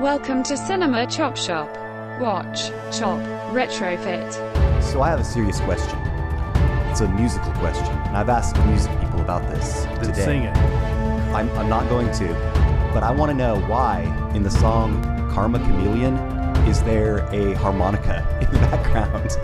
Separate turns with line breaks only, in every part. Welcome to Cinema Chop Shop. Watch, chop, retrofit.
So I have a serious question. It's a musical question, and I've asked music people about this
Then
today.
sing it.
I'm, I'm not going to, but I want to know why in the song "Karma Chameleon" is there a harmonica in the background,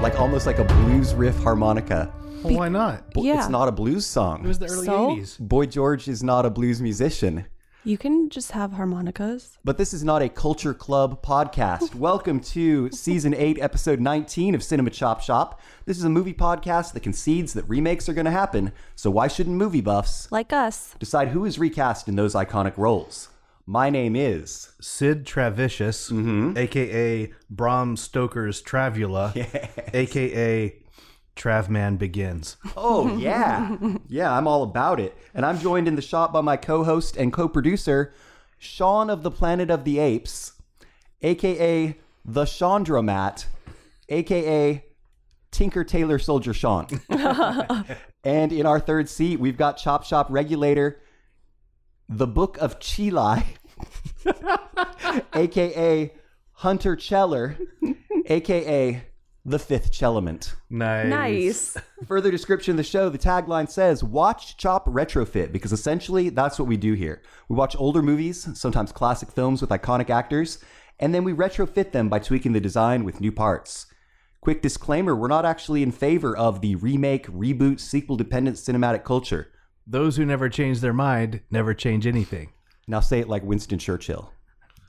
like almost like a blues riff harmonica.
Well, why not?
Bo-
Yeah.
It's not a blues
It was
song.
the early
So?
80s.
Boy George is not a blues musician.
You can just have harmonicas.
But this is not a Culture Club podcast. Welcome to season eight, episode 19 of Cinema Chop Shop. This is a movie podcast that concedes that remakes are going to happen, so why shouldn't movie buffs
Like us.
decide who is recast in those iconic roles? My name is.
Sid Travicious, aka Bram Stoker's Travula, aka Travman Begins.
Oh, yeah. yeah, I'm all about it. And I'm joined in the shop by my co host and co producer, Sean of the Planet of the Apes, aka the Chandramat, aka Tinker Tailor Soldier Sean. and in our third seat, we've got Chop Shop Regulator, the Book of Chilai, aka Hunter Cheller, aka the Fifth Chellement.
Nice.
Nice.
Further description of the show, the tagline says, Watch, Chop, Retrofit, because essentially that's what we do here. We watch older movies, sometimes classic films with iconic actors, and then we retrofit them by tweaking the design with new parts. Quick disclaimer we're not actually in favor of the remake, reboot, sequel dependent cinematic culture.
Those who never change their mind never change anything.
Now say it like Winston Churchill.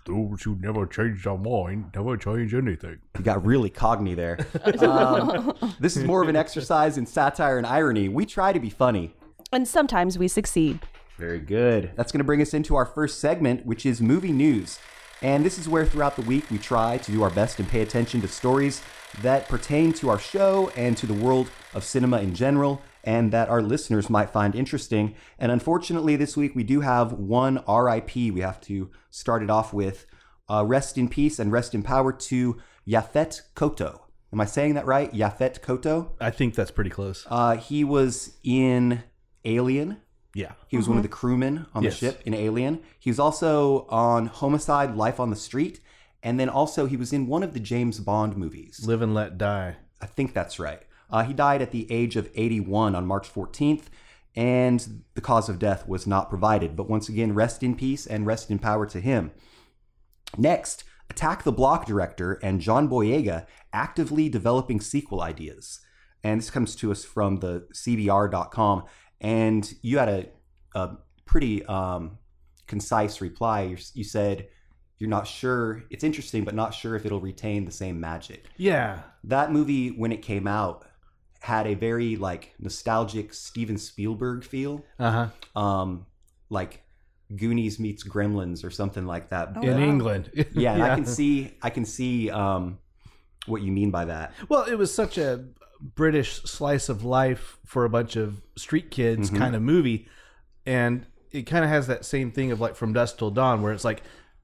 Those who never change their mind never change anything.
You got really cogny there. Um, this is more of an exercise in satire and irony. We try to be funny.
And sometimes we succeed.
Very good. That's going to bring us into our first segment, which is movie news. And this is where throughout the week we try to do our best and pay attention to stories that pertain to our show and to the world of cinema in general and that our listeners might find interesting. And unfortunately, this week we do have one RIP we have to start it off with. Uh, rest in peace and rest in power to Yafet Koto. Am I saying that right? Yafet Koto?
I think that's pretty close.
Uh, he was in Alien.
yeah.
He was one of the crewmen on
Yes.
the ship in Alien. He was also on Homicide: Life on the Street, and then also he was in one of the James Bond movies.
Live and let die.
I think that's right. Uh, he died at the age of 81 on March 14th, and the cause of death was not provided. But once again, rest in peace and rest in power to him. Next, Attack the Block director and John Boyega actively developing sequel ideas. And this comes to us from the CBR.com. And you had a, a pretty um, concise reply. You, you said, You're not sure, it's interesting, but not sure if it'll retain the same magic
Yeah.
that movie when it came out had a very like nostalgic Steven Spielberg feel,
Uh huh.
um, like Goonies meets Gremlins or something like that.
Oh,
But-
In
wow.
England.
yeah, and I can see, I can see um, what you mean by that.
Well, it was such a British slice of life for a bunch of street kids
Mhm.
kind of movie. And it kind of has that same thing of like From Dusk Till Dawn, where it's like,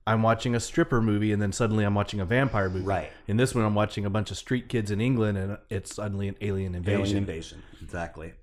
I'm watching a stripper movie and then suddenly I'm watching a vampire movie.
Right.
In this one, I'm watching a bunch of street kids in England and it's suddenly an alien invasion.
Alien invasion, exactly.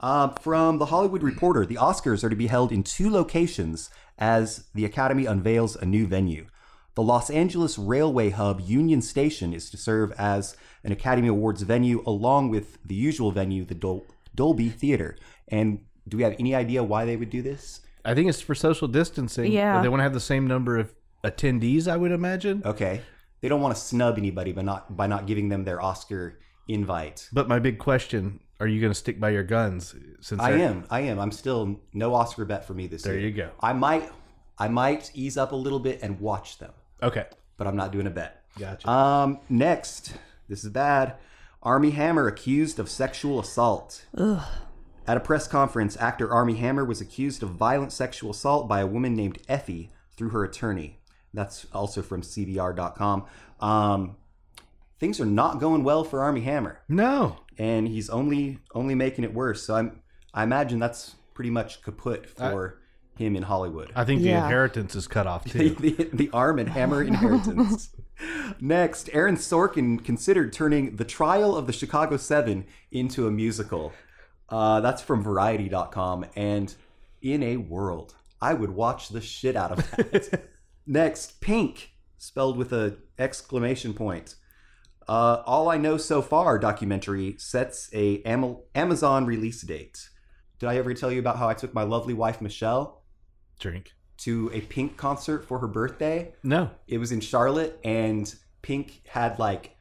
Um, from the Hollywood Reporter, the Oscars are to be held in two locations as the Academy unveils a new venue. The Los Angeles Railway Hub Union Station is to serve as an Academy Awards venue along with the usual venue, the Dol- Dolby Theater. And do we have any idea why they would do this?
I think it's for social distancing.
Yeah.
They want to have the same number of attendees, I would imagine.
Okay. They don't want to snub anybody by not by not giving them their Oscar invite.
But my big question are you going to stick by your guns? Since
I
they're-
am. I am. I'm still no Oscar bet for me this
There
year.
you go.
I might I might ease up a little bit and watch them,
Okay.
but I'm not doing a bet.
Gotcha.
Um next, this is bad. Army Hammer accused of sexual assault. At a press conference, actor Army Hammer was accused of violent sexual assault by a woman named Effie through her attorney. That's also from CBR.com. Um, things are not going well for Army Hammer
no.
and he's only only making it worse. So I'm I imagine that's pretty much kaput for him in Hollywood.
I think the
Yeah.
inheritance is cut off
the,
too.
the, the arm and hammer inheritance. Next, Aaron Sorkin considered turning the trial of the Chicago Seven into a musical. Uh, that's from Variety.com, and in a world, I would watch the shit out of that. Next, Pink, spelled with a exclamation point. Uh, All I Know So Far documentary sets a Am- Amazon release date. Did I ever tell you about how I took my lovely wife Michelle
Drink.
to a Pink concert for her birthday?
No.
It was in Charlotte, and Pink had like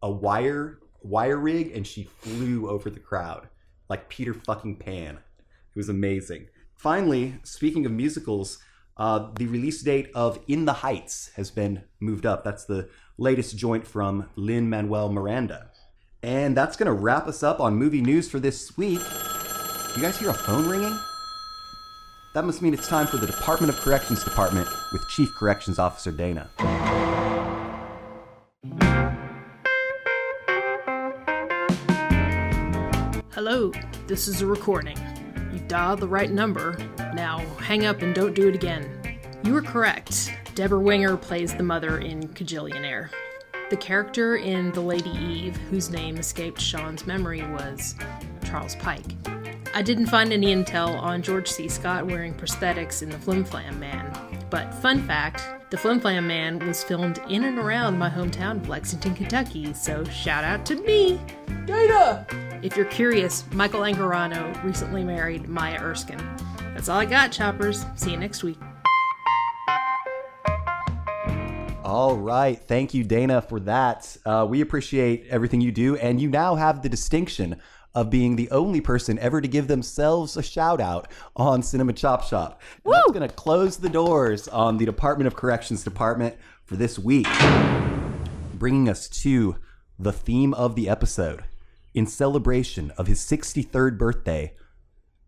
a wire wire rig, and she flew over the crowd like Peter fucking Pan. It was amazing. Finally, speaking of musicals, uh, the release date of In the Heights has been moved up. That's the latest joint from Lin Manuel Miranda, and that's gonna wrap us up on movie news for this week. You guys hear a phone ringing? That must mean it's time for the Department of Corrections Department with Chief Corrections Officer Dana.
Hello, this is a recording. You dialed the right number. Now hang up and don't do it again. You were correct. Deborah Winger plays the mother in Cajillionaire. The character in The Lady Eve, whose name escaped Sean's memory, was Charles Pike. I didn't find any intel on George C. Scott wearing prosthetics in The Flim Flam Man, but fun fact The Flim Flam Man was filmed in and around my hometown of Lexington, Kentucky, so shout out to me! If you're curious, Michael Angarano recently married Maya Erskine. That's all I got, choppers. See you next week.
All right. Thank you, Dana, for that. Uh, we appreciate everything you do. And you now have the distinction of being the only person ever to give themselves a shout out on Cinema Chop Shop. And That's going to close the doors on the Department of Corrections Department for this week, bringing us to the theme of the episode. In celebration of his 63rd birthday,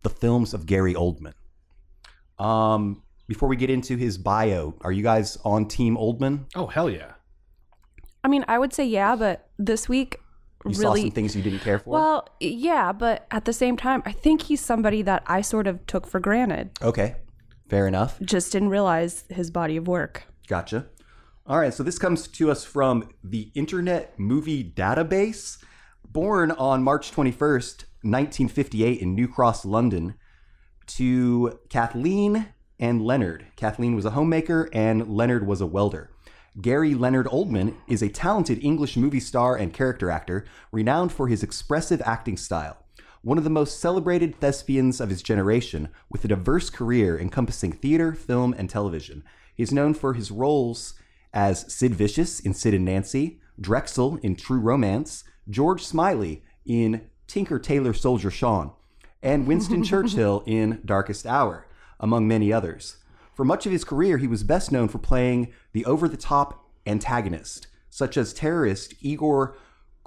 the films of Gary Oldman. Um, before we get into his bio, are you guys on Team Oldman?
Oh hell yeah.
I mean, I would say yeah, but this week
You
really
saw some things you didn't care for.
Well, yeah, but at the same time, I think he's somebody that I sort of took for granted.
okay, fair enough.
Just didn't realize his body of work.
Gotcha. All right, so this comes to us from the Internet Movie Database. Born on March 21st, 1958, in New Cross, London, to Kathleen and Leonard. Kathleen was a homemaker and Leonard was a welder. Gary Leonard Oldman is a talented English movie star and character actor, renowned for his expressive acting style. One of the most celebrated thespians of his generation, with a diverse career encompassing theater, film, and television. He's known for his roles as Sid Vicious in Sid and Nancy, Drexel in True Romance, George Smiley in Tinker Tailor Soldier Shawn, and Winston Churchill in Darkest Hour, among many others. For much of his career, he was best known for playing the over the top antagonist, such as terrorist Igor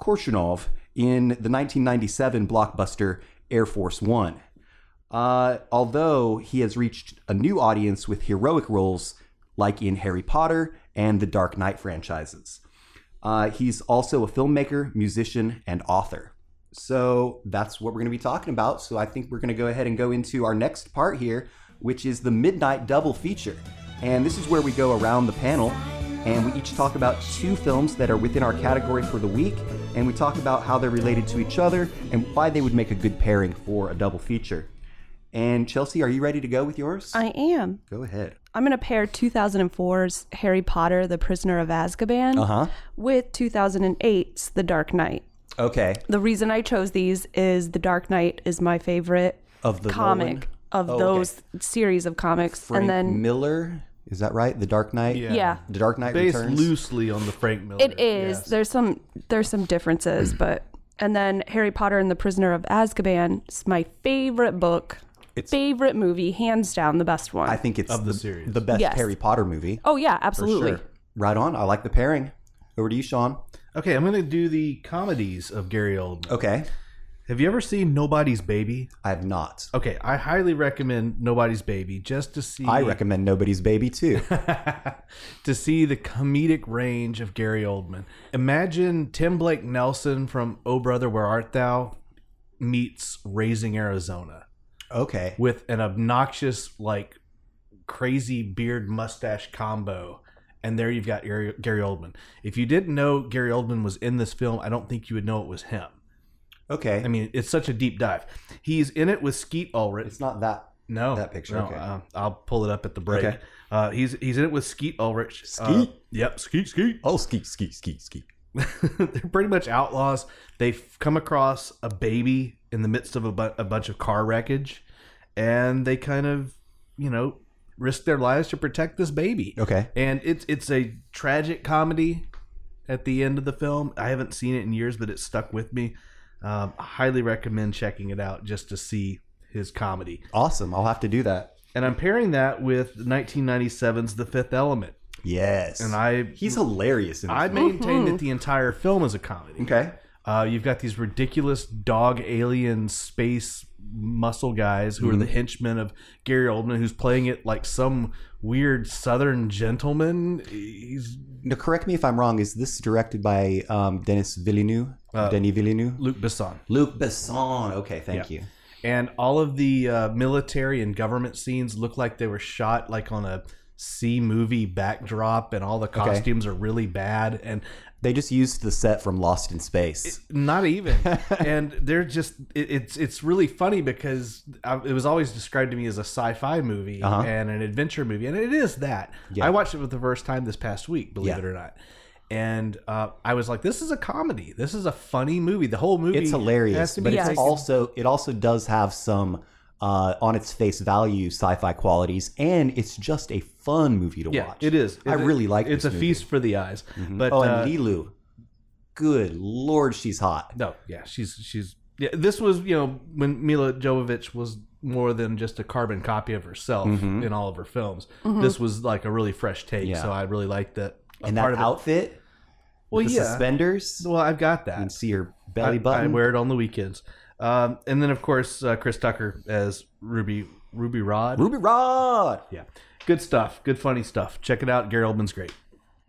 Korshunov in the 1997 blockbuster Air Force One. Uh, although he has reached a new audience with heroic roles like in Harry Potter and the Dark Knight franchises. Uh, he's also a filmmaker, musician, and author. So that's what we're going to be talking about. So I think we're going to go ahead and go into our next part here, which is the Midnight Double feature. And this is where we go around the panel and we each talk about two films that are within our category for the week. And we talk about how they're related to each other and why they would make a good pairing for a double feature. And Chelsea, are you ready to go with yours?
I am.
go ahead.
I'm going to pair 2004's Harry Potter, The Prisoner of Azkaban,
Uh huh.
with 2008's The Dark Knight.
Okay.
The reason I chose these is The Dark Knight is my favorite
Of the
comic
Nolan?
of
Oh, okay.
those series of comics.
Frank
and then,
Miller. Is that right? The Dark Knight.
Yeah.
yeah,
The Dark Knight
Based
Returns.
loosely on the Frank Miller.
It is.
yes.
There's some there's some differences, but and then Harry Potter and the Prisoner of Azkaban is my favorite book,
It's-
favorite movie, hands down, the best one.
I think it's
Of the series.
the best
Yes.
Harry Potter movie.
oh yeah,
for
absolutely.
sure. Right on. I like the pairing. Over to you, Sean.
Okay, I'm gonna do the comedies of Gary Oldman.
Okay.
Have you ever seen Nobody's Baby?
I have not.
Okay, I highly recommend Nobody's Baby just to see.
I recommend Nobody's Baby too.
to see the comedic range of Gary Oldman. Imagine Tim Blake Nelson from Oh Brother Where Art Thou meets Raising Arizona
Okay.
with an obnoxious like crazy beard mustache combo. And there you've got Gary, Gary Oldman. If you didn't know Gary Oldman was in this film, I don't think you would know it was him.
Okay.
I mean, it's such a deep dive. He's in it with Skeet Ulrich.
it's not that
No,
That picture,
No,
okay.
uh, I'll pull it up at the break.
Okay.
Uh, he's he's in it with Skeet Ulrich. Uh,
Skeet?
yep, Skeet, Skeet.
Oh, ski, ski, ski, ski.
They're pretty much outlaws. They've come across a baby in the midst of a, bu- a bunch of car wreckage, and they kind of, you know, risk their lives to protect this baby.
Okay.
And it's it's a tragic comedy at the end of the film. I haven't seen it in years, but it stuck with me. Um, I highly recommend checking it out just to see his comedy.
Awesome. I'll have to do that.
And I'm pairing that with 1997's The Fifth Element.
Yes.
And I
He's hilarious in this
I
movie.
maintain that the entire film is a comedy.
Okay.
Uh, you've got these ridiculous dog alien space muscle guys who are the henchmen of Gary Oldman, who's playing it like some weird Southern gentleman. He's
Now, correct me if I'm wrong. Is this directed by um, Dennis Villeneuve?
Uh,
Denis Villeneuve?
Luke Besson,
Luke Besson. Okay, thank
Yeah.
you.
and all of the uh, military and government scenes look like they were shot like on a C movie backdrop, and all the costumes are really bad. And
They just used the set from Lost in Space.
not even and they're just it, it's it's really funny because I, it was always described to me as a sci-fi movie
Uh-huh.
and an adventure movie and it is that
Yeah.
i watched it for the first time this past week believe
Yeah.
it or not and uh, i was like this is a comedy this is a funny movie the whole movie
it's
has
hilarious,
to
but
be
it's
Yes.
taken-
also it also does have some uh, on its face value sci-fi qualities, and it's just a fun movie to
yeah
watch.
it is
I
It-
really like.
it's
this
a
movie.
feast for the eyes but
Oh, and
uh,
Lilu, good lord, she's hot.
No, yeah, she's she's yeah. This was you know when Mila Jovovich was more than just a carbon copy of herself in all of her films. This was like a really fresh take,
Mm-hmm. Yeah.
so I really liked that. a
and that
part of it-
outfit,
well,
the
yeah.
suspenders,
Well, I've got that
and see her
I-
belly
I,
button.
wear it on the weekends, um, and then of course uh, Chris Tucker as Ruby Ruby Rod.
Ruby Rod,
Yeah, good stuff. Good funny stuff. Check it out. Gary Oldman's great.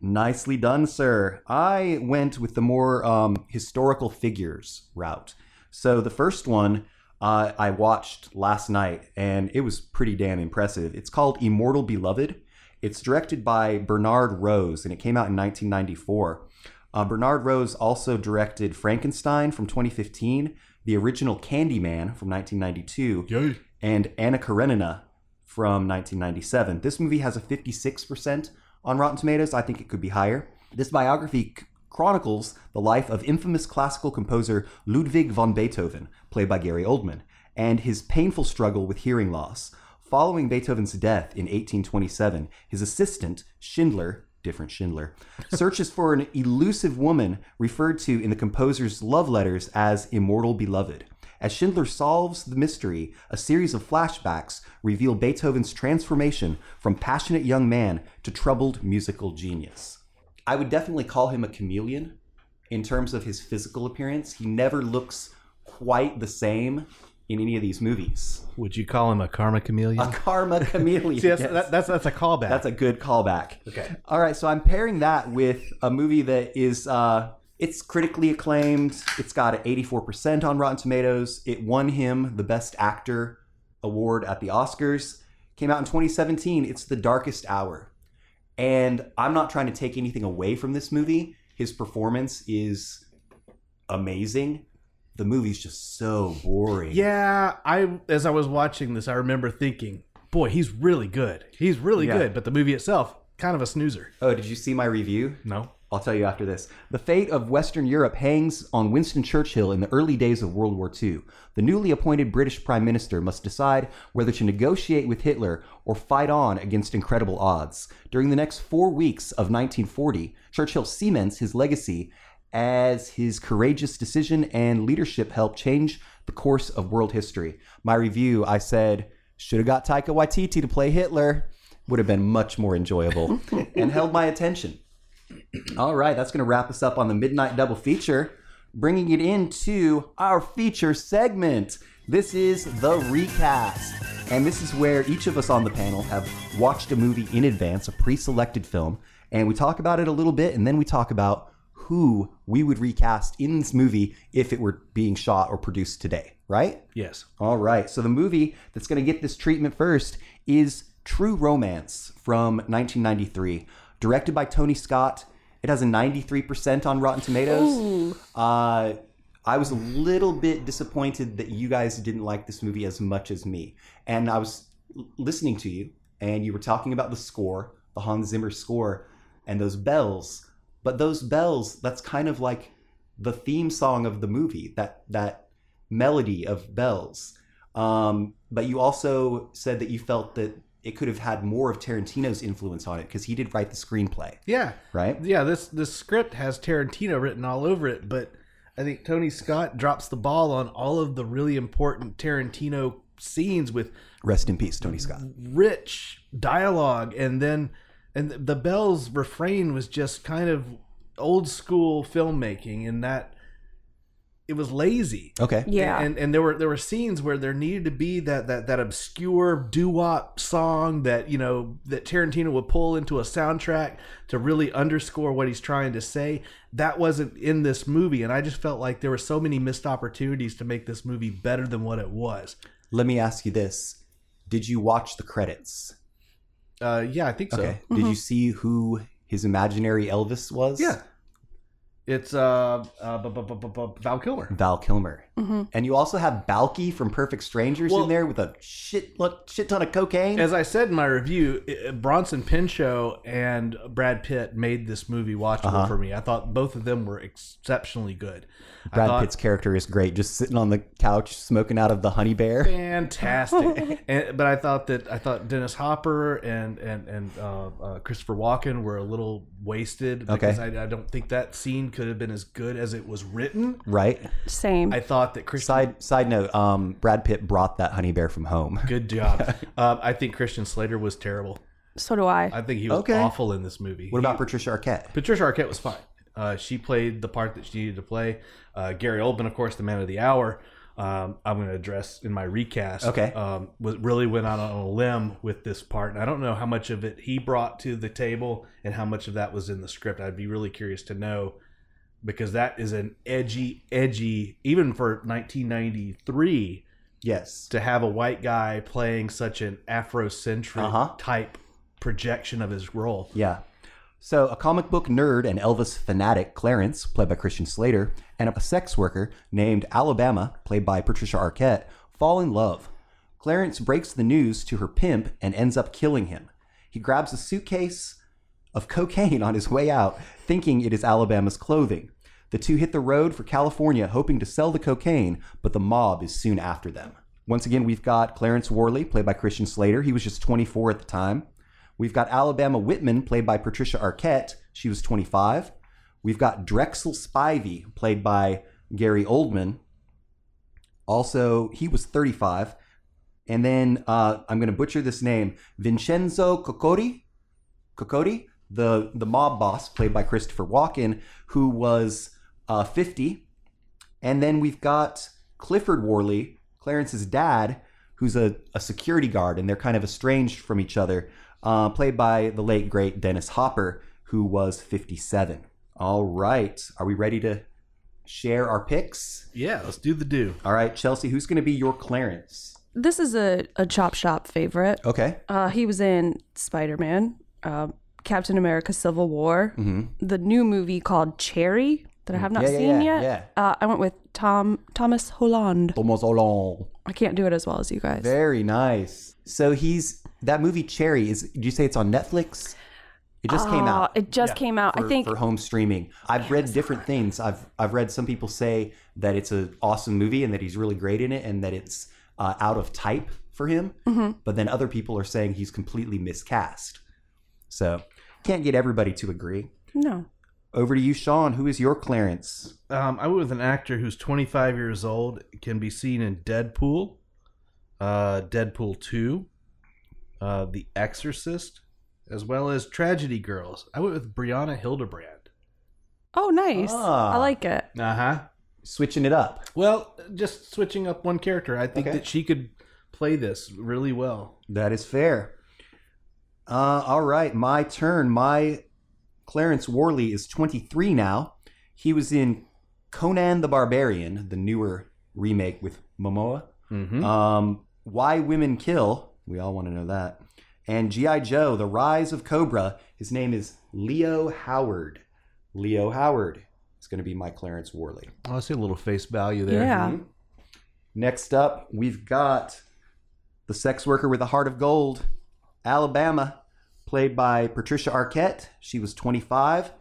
Nicely done, sir. I went with the more um, historical figures route. So the first one uh, I watched last night, and it was pretty damn impressive. It's called Immortal Beloved. It's directed by Bernard Rose, and it came out in 1994. Uh, Bernard Rose also directed Frankenstein from 2015, the original Candyman from 1992, and Anna Karenina from 1997. This movie has a 56% on Rotten Tomatoes. I think it could be higher. This biography c- chronicles the life of infamous classical composer Ludwig von Beethoven, played by Gary Oldman, and his painful struggle with hearing loss. Following Beethoven's death in 1827, his assistant, Schindler, different Schindler, searches for an elusive woman referred to in the composer's love letters as Immortal Beloved. As Schindler solves the mystery, a series of flashbacks reveal Beethoven's transformation from passionate young man to troubled musical genius. I would definitely call him a chameleon in terms of his physical appearance. He never looks quite the same in any of these movies.
Would you call him a karma chameleon?
A karma chameleon.
See, that's,
yes.
that, that's that's a callback.
That's a good callback.
Okay.
All right, so I'm pairing that with a movie that is uh it's critically acclaimed. It's got an 84% on Rotten Tomatoes. It won him the Best Actor award at the Oscars. Came out in 2017. It's The Darkest Hour. And I'm not trying to take anything away from this movie. His performance is amazing. The movie's just so boring.
Yeah, I as I was watching this, I remember thinking, "Boy, he's really good. He's really
Yeah.
good." But the movie itself, kind of a snoozer.
Oh, did you see my review?
No,
I'll tell you after this. The fate of Western Europe hangs on Winston Churchill in the early days of World War II. The newly appointed British Prime Minister must decide whether to negotiate with Hitler or fight on against incredible odds. During the next four weeks of 1940, Churchill cements his legacy as his courageous decision and leadership helped change the course of world history. My review, I said, should have got Taika Waititi to play Hitler. Would have been much more enjoyable and held my attention. All right, that's going to wrap us up on the Midnight Double feature, bringing it into our feature segment. This is the recast. And this is where each of us on the panel have watched a movie in advance, a pre selected film, and we talk about it a little bit, and then we talk about who we would recast in this movie if it were being shot or produced today, right?
yes,
All right. So the movie that's going to get this treatment first is True Romance from 1993, directed by Tony Scott. It has a 93% on Rotten Tomatoes. Uh, I was a little bit disappointed that you guys didn't like this movie as much as me. And I was l- listening to you, and you were talking about the score, the Hans Zimmer score, and those bells. But those bells, that's kind of like the theme song of the movie, that that melody of bells. Um, but you also said that you felt that it could have had more of Tarantino's influence on it because he did write the screenplay,
Yeah,
right?
yeah. This this script has Tarantino written all over it, but I think Tony Scott drops the ball on all of the really important Tarantino scenes with
Rest in peace, Tony Scott.
rich dialogue and then and the bells refrain was just kind of old school filmmaking in that it was lazy
Okay.
Yeah.
and and there were there were scenes where there needed to be that that that obscure doo-wop song that you know that Tarantino would pull into a soundtrack to really underscore what he's trying to say that wasn't in this movie and I just felt like there were so many missed opportunities to make this movie better than what it was
Let me ask you this. Did you watch the credits?
uh yeah I think so
Okay. Did you see who his imaginary Elvis was?
Yeah. It's uh, uh bu- bu- bu- bu- bu- Val Kilmer.
Val Kilmer.
Mhm.
And you also have Balky from Perfect Strangers
Well-
in there with a shit, look, shit ton of cocaine.
As I said in my review, i- uh, Bronson Pinchot and Brad Pitt made this movie watchable
Uh-huh.
for me. I thought both of them were exceptionally good. I
Brad
thought,
Pitt's character is great, just sitting on the couch smoking out of the honey bear.
fantastic. and, but I thought that I thought Dennis Hopper and and and uh, uh, Christopher Walken were a little wasted because I, I don't think that scene could have been as good as it was written.
Right.
Same.
I thought that Christian
Side side note: um, Brad Pitt brought that honey bear from home.
good job. um, I think Christian Slater was terrible.
so do I.
I think he was
Okay.
awful in this movie.
What about Patricia Arquette?
Patricia Arquette was fine. Uh, she played the part that she needed to play. Uh, Gary Oldman, of course, the man of the hour. Um, I'm going to address in my recast.
Okay.
um, was really went out on a limb with this part, and I don't know how much of it he brought to the table and how much of that was in the script. I'd be really curious to know because that is an edgy, edgy, even for 1993
Yes.
to have a white guy playing such an Afrocentric
Uh-huh.
type projection of his role.
Yeah. So, a comic book nerd and Elvis fanatic, Clarence, played by Christian Slater, and a sex worker named Alabama, played by Patricia Arquette, fall in love. Clarence breaks the news to her pimp and ends up killing him. He grabs a suitcase of cocaine on his way out, thinking it is Alabama's clothing. The two hit the road for California, hoping to sell the cocaine, but the mob is soon after them. Once again, we've got Clarence Worley, played by Christian Slater. He was just 24 at the time. We've got Alabama Whitman, played by Patricia Arquette. She was 25. We've got Drexel Spivey, played by Gary Oldman. Also, he was 35. And then uh, I'm going to butcher this name Vincenzo Cocotti. Cocotti, the, the mob boss, played by Christopher Walken, who was uh, 50. And then we've got Clifford Worley, Clarence's dad, who's a, a security guard, and they're kind of estranged from each other, uh, played by the late, great Dennis Hopper, who was 57. All right. Are we ready to share our picks?
Yeah, let's do the do.
All right, Chelsea, who's going to be your Clarence?
This is a, a Chop Shop favorite.
Okay.
Uh, he was in Spider Man, uh, Captain America Civil War,
Mhm.
the new movie called Cherry that I have not
Yeah, yeah,
seen
yeah,
yet.
yeah.
Uh, I went with Tom Thomas Holland.
Thomas Hollande.
I can't do it as well as you guys.
Very nice. So he's that movie Cherry is. Did you say it's on Netflix? It just came
Uh,
out.
It just came out.
For,
I think
for home streaming. I've read different things. I've I've read some people say that it's an awesome movie and that he's really great in it and that it's uh, out of type for him.
Mm-hmm.
But then other people are saying he's completely miscast. So can't get everybody to agree.
no.
Over to you, Sean. Who is your Clarence?
Um, I went with an actor who's 25 years old, can be seen in Deadpool, uh, Deadpool 2, uh, The Exorcist, as well as Tragedy Girls. I went with Brianna Hildebrand.
Oh, nice.
Ah.
I like it.
Uh huh.
Switching it up.
Well, just switching up one character. I think
Okay.
that she could play this really well.
That is fair. Uh, all right, my turn. My Clarence Worley is 23 now. He was in Conan the Barbarian, the newer remake with Momoa.
Mm-hmm.
Um, Why Women Kill. We all want to know that. And G.I. Joe, The Rise of Cobra. His name is Leo Howard. Leo Howard. is going to be my Clarence Worley.
Oh, I see a little face value there. Mm-hmm.
Yeah.
Mm-hmm. Next up, we've got the sex worker with a heart of gold, Alabama, played by Patricia Arquette. She was 25.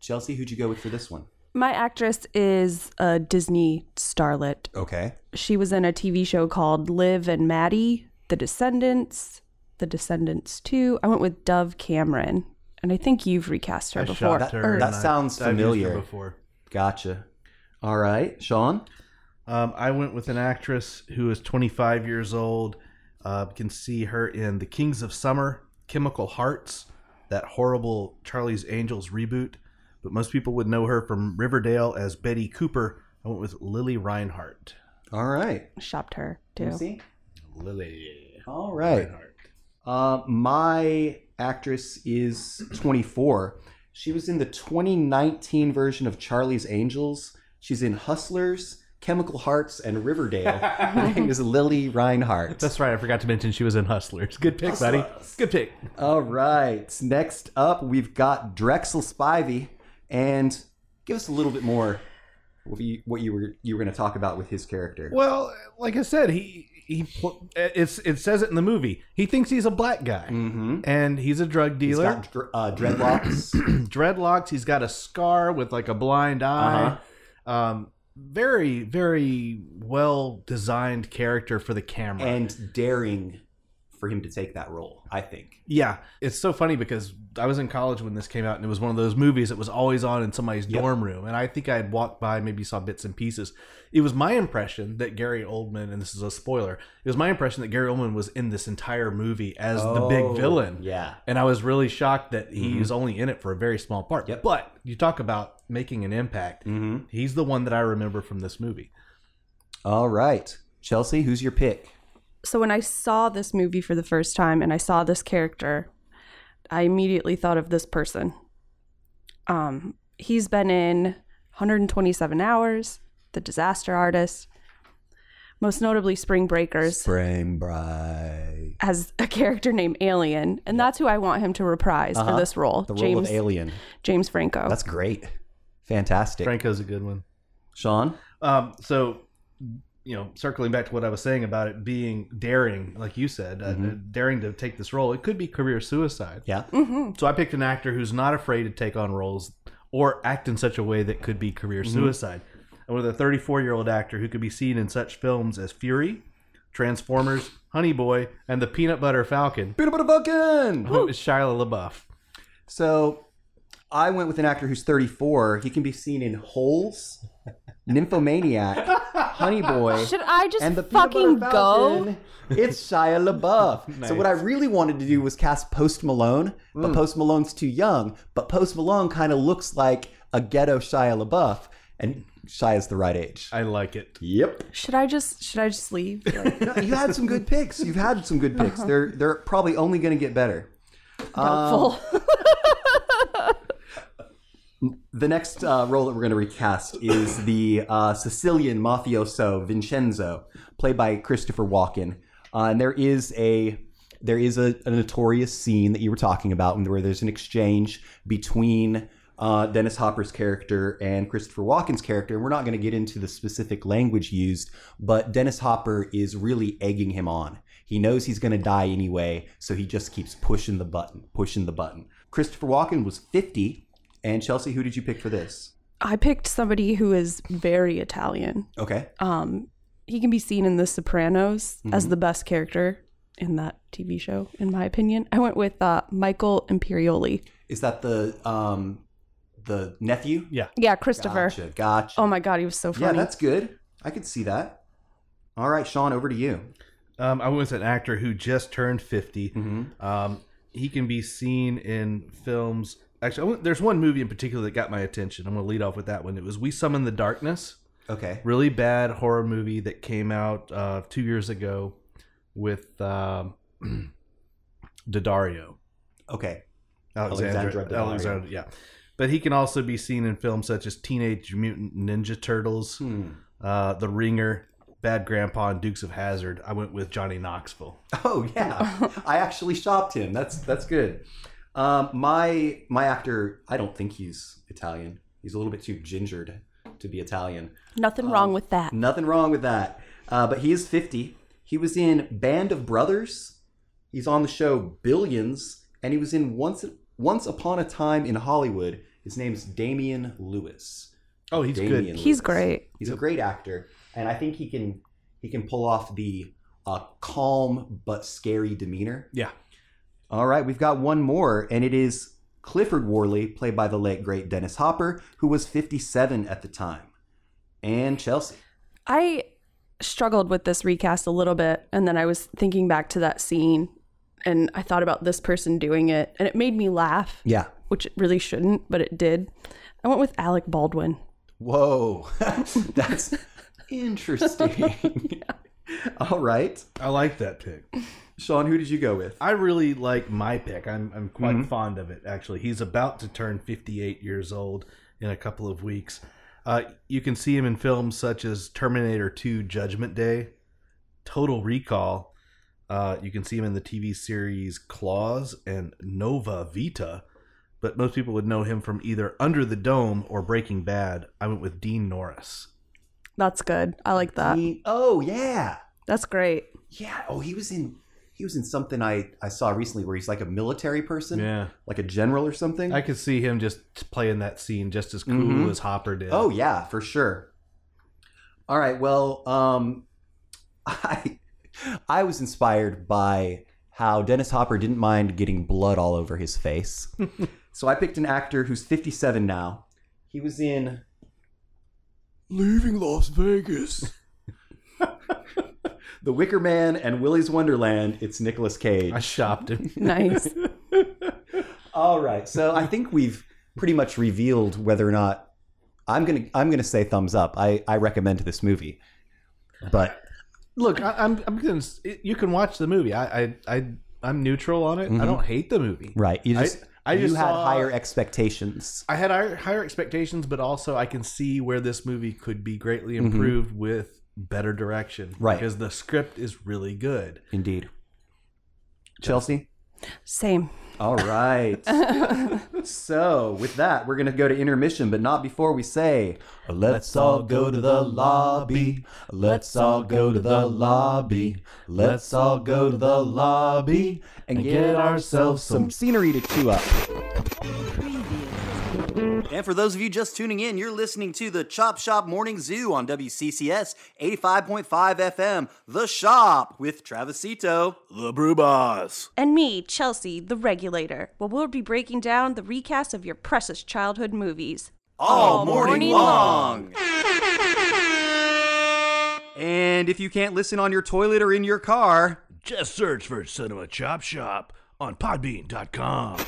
Chelsea, who'd you go with for this one?
My actress is a Disney starlet.
Okay.
She was in a TV show called Liv and Maddie, The Descendants, The Descendants 2. I went with Dove Cameron, and I think you've recast her
I
before.
shot
Or-
her.
That
and I-
sounds
I've used her
familiar.
Before.
Gotcha. All right, Sean.
Um, I went with an actress who is 25 years old. Uh, you can see her in The Kings of Summer, Chemical Hearts, that horrible Charlie's Angels reboot. But most people would know her from Riverdale as Betty Cooper. I went with Lily Reinhart.
All right.
shopped her
Let
too.
me see.
Lily
All right. Uh, my actress is 24. She was in the 2019 version of Charlie's Angels. She's in Hustlers, Chemical Hearts, and Riverdale. Her name is Lily Reinhardt.
That's right. I forgot to mention she was in Hustlers. Good pick, buddy. Good pick.
All right. Next up, we've got Drexel Spivey, and give us a little bit more of you- what you were you were going to talk about with his character.
Well, like I said, he he. pl- It's it says it in the movie. He thinks he's a black guy,
Mm-hmm.
and Mm. he's a drug
He's
dealer.
got dr- uh, dreadlocks.
dreadlocks. He's got a scar with like a blind eye.
Uh-huh.
Um, very, very well designed character for the camera.
and daring for him to take that role, I think.
yeah, it's so funny because I was in college when this came out, and it was one of those movies that was always on in somebody's
Yep.
dorm room. And I think I had walked by, maybe saw bits and pieces. It was my impression that Gary Oldman, and this is a spoiler, it was my impression that Gary Oldman was in this entire movie as the
Oh,
big villain.
Yeah. Mm-hmm.
And I was really shocked that he was only in it for a very small part.
Yep.
But you talk about making an impact.
Mhm.
He's the one that I remember from this movie.
All right. Chelsea, who's your pick?
So when I saw this movie for the first time and I saw this character, I immediately thought of this person. Um, he's been in 127 Hours, The Disaster Artist, most notably Spring Breakers.
Spring Bright.
as a character named Alien, and that's who I want him to reprise
Uh-huh.
for this role.
The role
James
of Alien.
James Franco.
That's great. Fantastic.
Franco's a good one.
Sean?
Um, so, you know, circling back to what I was saying about it being daring, like you said, uh, daring to take this role, it could be career suicide.
Yeah.
Mm.
So I picked an actor who's not afraid to take on roles or act in such a way that could be career suicide. And with a 34 year old actor who could be seen in such films as Fury, Transformers, Honey Boy, and The Peanut Butter Falcon,
Peanut Butter Buckin!
who is Shia LaBeouf.
So I went with an actor who's 34. He can be seen in Holes, Nymphomaniac, Honey Boy.
Should I just
and the peanut
fucking
butter
go?
falcon. It's Shia LaBeouf. So what I really wanted to do was cast Post Malone, but Post Malone's too young. But Post Malone kind of looks like a ghetto Shia LaBeouf, and Shia's the right age.
I like it.
Yep.
Should I just should I just leave? Like,
No, you had some good picks. You've had some good picks. They're they're probably only going to get better. Um,
doubtful.
The next uh, role that we're going to recast is the uh, Sicilian mafioso Vincenzo, played by Christopher Walken. Uh, and there is a there is a, a notorious scene that you were talking about, where there's an exchange between uh, Dennis Hopper's character and Christopher Walken's character. And we're not going to get into the specific language used, but Dennis Hopper is really egging him on. He knows he's going to die anyway, so he just keeps pushing the button, pushing the button. Christopher Walken was 50 and Chelsea, who did you pick for this?
I picked somebody who is very Italian.
Okay.
Um, he can be seen in The Sopranos
Mm-hmm.
as the best character in that TV show, in my opinion. I went with uh, Michael Imperioli.
Is that the um the nephew?
Yeah.
Yeah, Christopher.
Gotcha. Gotcha.
Oh my god, he was so
yeah,
funny.
that's good. I could see that. All right, Sean, over to you.
Um, I was an actor who just turned 50.
Mhm.
Um, he can be seen in films. Actually, I went- there's one movie in particular that got my attention. I'm going to lead off with that one. It was We Summon the Darkness,
Okay.
really bad horror movie that came out uh, two years ago with um, Daddario.
Okay.
Alexandra,
Alexandra Daddario.
Alexander, yeah. But he can also be seen in films such as Teenage Mutant Ninja Turtles,
Hmm.
uh, The Ringer, Bad Grandpa, and Dukes of Hazard. I went with Johnny Knoxville.
Oh yeah. I actually shopped him. That's that's good. Um my my actor, I don't think he's Italian. He's a little bit too gingered to be Italian.
Nothing
um,
wrong with that.
Nothing wrong with that. Uh, but he is 50. He was in Band of Brothers. He's on the show Billions, and he was in Once Once Upon a Time in Hollywood. His name's Damian Lewis.
Oh, he's
Damian
good.
He's great.
He's a great actor, and I think he can he can pull off the uh, calm but scary demeanor.
Yeah.
All right, we've got one more, and it is Clifford Worley, played by the late great Dennis Hopper, who was 57 at the time, and Chelsea.
I struggled with this recast a little bit, and then I was thinking back to that scene, and I thought about this person doing it, and it made me laugh,
Yeah.
which it really shouldn't, but it did. I went with Alec Baldwin.
Whoa, that's interesting. All right,
I like that pick.
Sean, who did you go with?
I really like my pick. I'm I'm quite fond of it actually. He's about to turn 58 years old in a couple of weeks. Uh, you can see him in films such as Terminator 2: Judgment Day, Total Recall. Uh, you can see him in the TV series Claws and Nova Vita, but most people would know him from either Under the Dome or Breaking Bad. I went with Dean Norris.
That's good. I like that.
He- oh yeah,
That's great.
yeah. Oh, he was in he was in something I I saw recently where he's like a military person, like a general or something.
I could see him just playing that scene just as cool
Mhm.
as Hopper did.
Oh yeah, for sure. All right. Well, um, I I was inspired by how Dennis Hopper didn't mind getting blood all over his face, so I picked an actor who's 57 now. He was in Leaving Las Vegas, The Wicker Man, and Willy's Wonderland. It's Nicolas Cage.
I shopped him.
Nice.
All right. So I think we've pretty much revealed whether or not I'm gonna I'm gonna say thumbs up. I I recommend this movie, but
Look, I, I'm I'm gonna. s- You can watch the movie. I I, I I'm neutral on it. I don't hate the movie.
Mm-hmm. right, you
I-
just
I
you
just
had
saw-
higher expectations.
I had higher, higher expectations, but also I can see where this movie could be greatly improved with better direction.
Mm-hmm. Right.
because the script is really good.
Indeed, Chelsea.
Same.
All right. so with that, we're gonna go to intermission, but not before we say, "Let's all go to the lobby. Let's all go to the lobby. Let's all go to the lobby and get ourselves some scenery to chew up."
And for those of you just tuning in, you're listening to the Chop Shop Morning Zoo on WCCS 85.5 FM, The Shop with Travisito, the Brew Boss.
And me, Chelsea, the regulator. Well, we'll be breaking down the recast of your precious childhood movies.
All,
All
morning,
morning
long. And if you can't listen on your toilet or in your car,
Just search for Cinema Chop Shop on Podbean.com.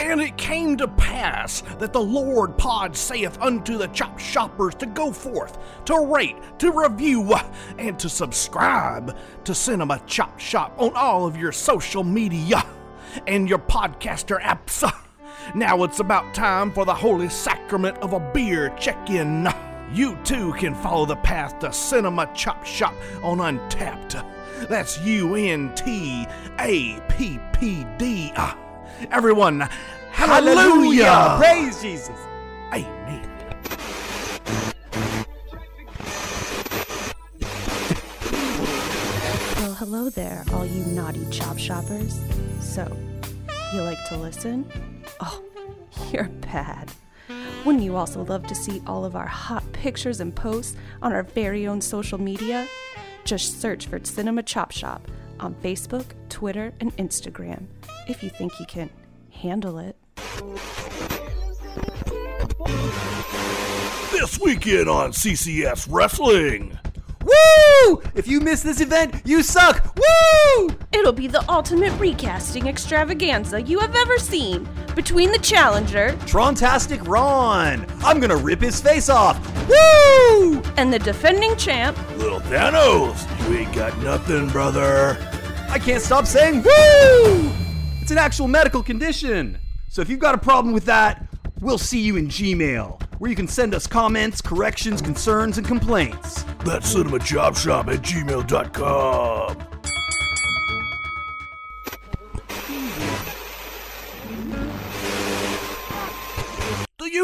And it came to pass that the Lord Pod saith unto the chop shoppers to go forth, to rate, to review, and to subscribe to Cinema Chop Shop on all of your social media and your podcaster apps. Now it's about time for the holy sacrament of a beer check in. You too can follow the path to Cinema Chop Shop on Untapped. That's U N T A P P D. Everyone, hallelujah!
Praise Jesus.
Amen.
Well, hello there, all you naughty chop shoppers. So, you like to listen? Oh, you're bad. Wouldn't you also love to see all of our hot pictures and posts on our very own social media? Just search for Cinema Chop Shop on Facebook, Twitter, and Instagram if you think you can handle it.
This weekend on CCS Wrestling.
Woo! If you miss this event, you suck. Woo!
It'll be the ultimate recasting extravaganza you have ever seen between the challenger
Trontastic Ron. I'm gonna rip his face off. Woo!
and the defending champ.
Little Thanos, you ain't got nothing, brother.
I can't stop saying woo! It's an actual medical condition. So if you've got a problem with that, we'll see you in Gmail, where you can send us comments, corrections, concerns, and complaints.
That's cinema chop shop at gmail.com.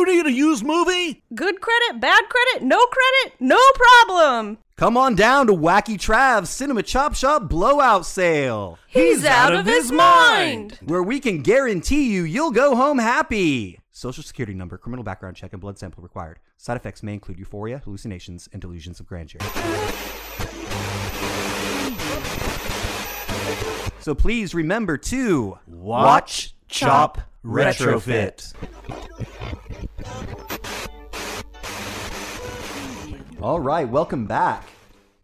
get a used movie?
Good credit, bad credit, no credit, no problem.
Come on down to Wacky Trav's Cinema Chop Shop Blowout Sale,
He's, out, of his mind.
where we can guarantee you you'll go home happy. Social security number, criminal background check, and blood sample required. Side effects may include euphoria, hallucinations, and delusions of grandeur. So please remember to
Watch, chop, retrofit.
All right, welcome back.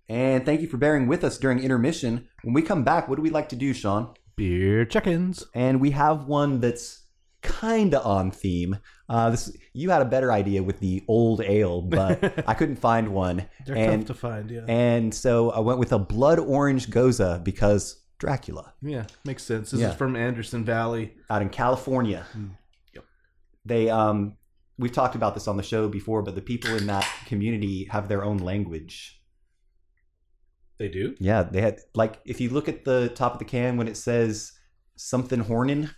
And thank you for bearing with us during intermission. When we come back, what do we like to do, Sean?
Beer check-ins.
And we have one that's kind of on theme. Uh, this you had a better idea with the old ale, but I couldn't find one.
They're
and,
tough to find. Yeah.
and so I went with a blood orange goza because Dracula
yeah, makes sense. This
Yeah.
is from Anderson Valley.
out in California.
Hmm.
They um we've talked about this on the show before, but the people in that community have their own language.
They do.
Yeah, they had like if you look at the top of the can when it says something hornin.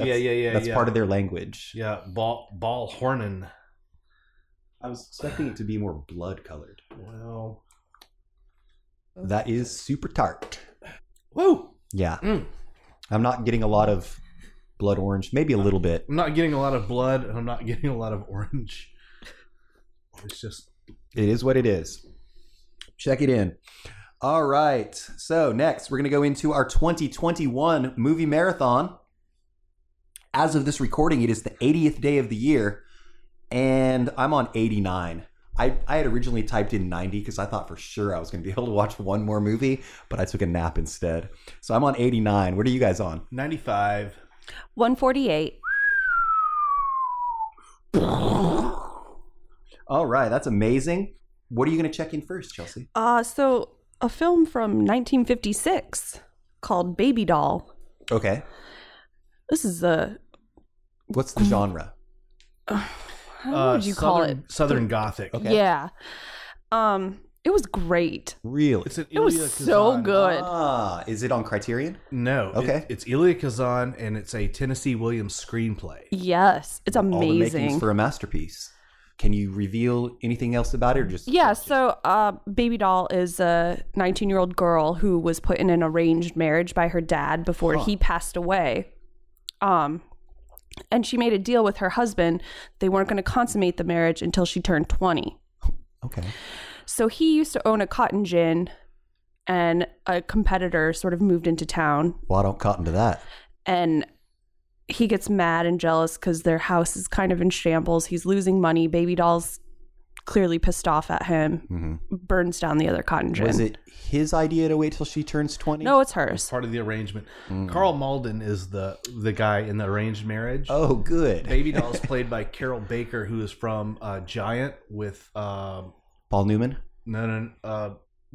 Yeah, yeah, yeah,
That's
yeah.
part of their language.
Yeah, ball ball hornin.
I was expecting it to be more blood colored.
Well,
That is super tart.
whoa!
Yeah, I'm not getting a lot of blood orange. Maybe a little bit.
I'm not getting a lot of blood, and I'm not getting a lot of orange. It's just
It is what it is. Check it in. All right. So next, we're going to go into our 2021 movie marathon. As of this recording, it is the 80th day of the year, and I'm on 89. I, I had originally typed in 90 because I thought for sure I was going to be able to watch one more movie, but I took a nap instead. So I'm on 89. What are you guys on?
95.
148.
All right. That's amazing. What are you going to check in first, Chelsea?
Uh, so a film from 1956 called Baby Doll.
Okay.
This is a
What's the genre?
how would you call it?
Uh, Southern- Southern Gothic.
Okay.
Yeah. Um, it was great.
Really?
It's an
It was
Elia
so
Kazan.
good.
Ah, is it on Criterion?
No.
Okay.
it- it's Elia Kazan, and it's a Tennessee Williams screenplay.
Yes, it's
All the makings
amazing.
for a masterpiece. Can you reveal anything else about it, or just
yeah, so uh, Baby Doll is a 19 year old girl who was put in an arranged marriage by her dad before he passed away. Um, and she made a deal with her husband. They weren't going to consummate the marriage until she turned 20.
Okay,
So he used to own a cotton gin, and a competitor sort of moved into town
well, I don't cotton to that.
and he gets mad and jealous because their house is kind of in shambles. He's losing money. Baby doll's clearly pissed off at him. Burns down the other cotton gin.
Was it his idea to wait till she turns twenty?
No, it's hers.
Part of the arrangement.
Mm.
Carl Malden is the the guy in the arranged marriage.
Oh, good.
Baby Doll is played by Carol Baker, who is from uh, Giant with um
Paul Newman,
no no no, uh,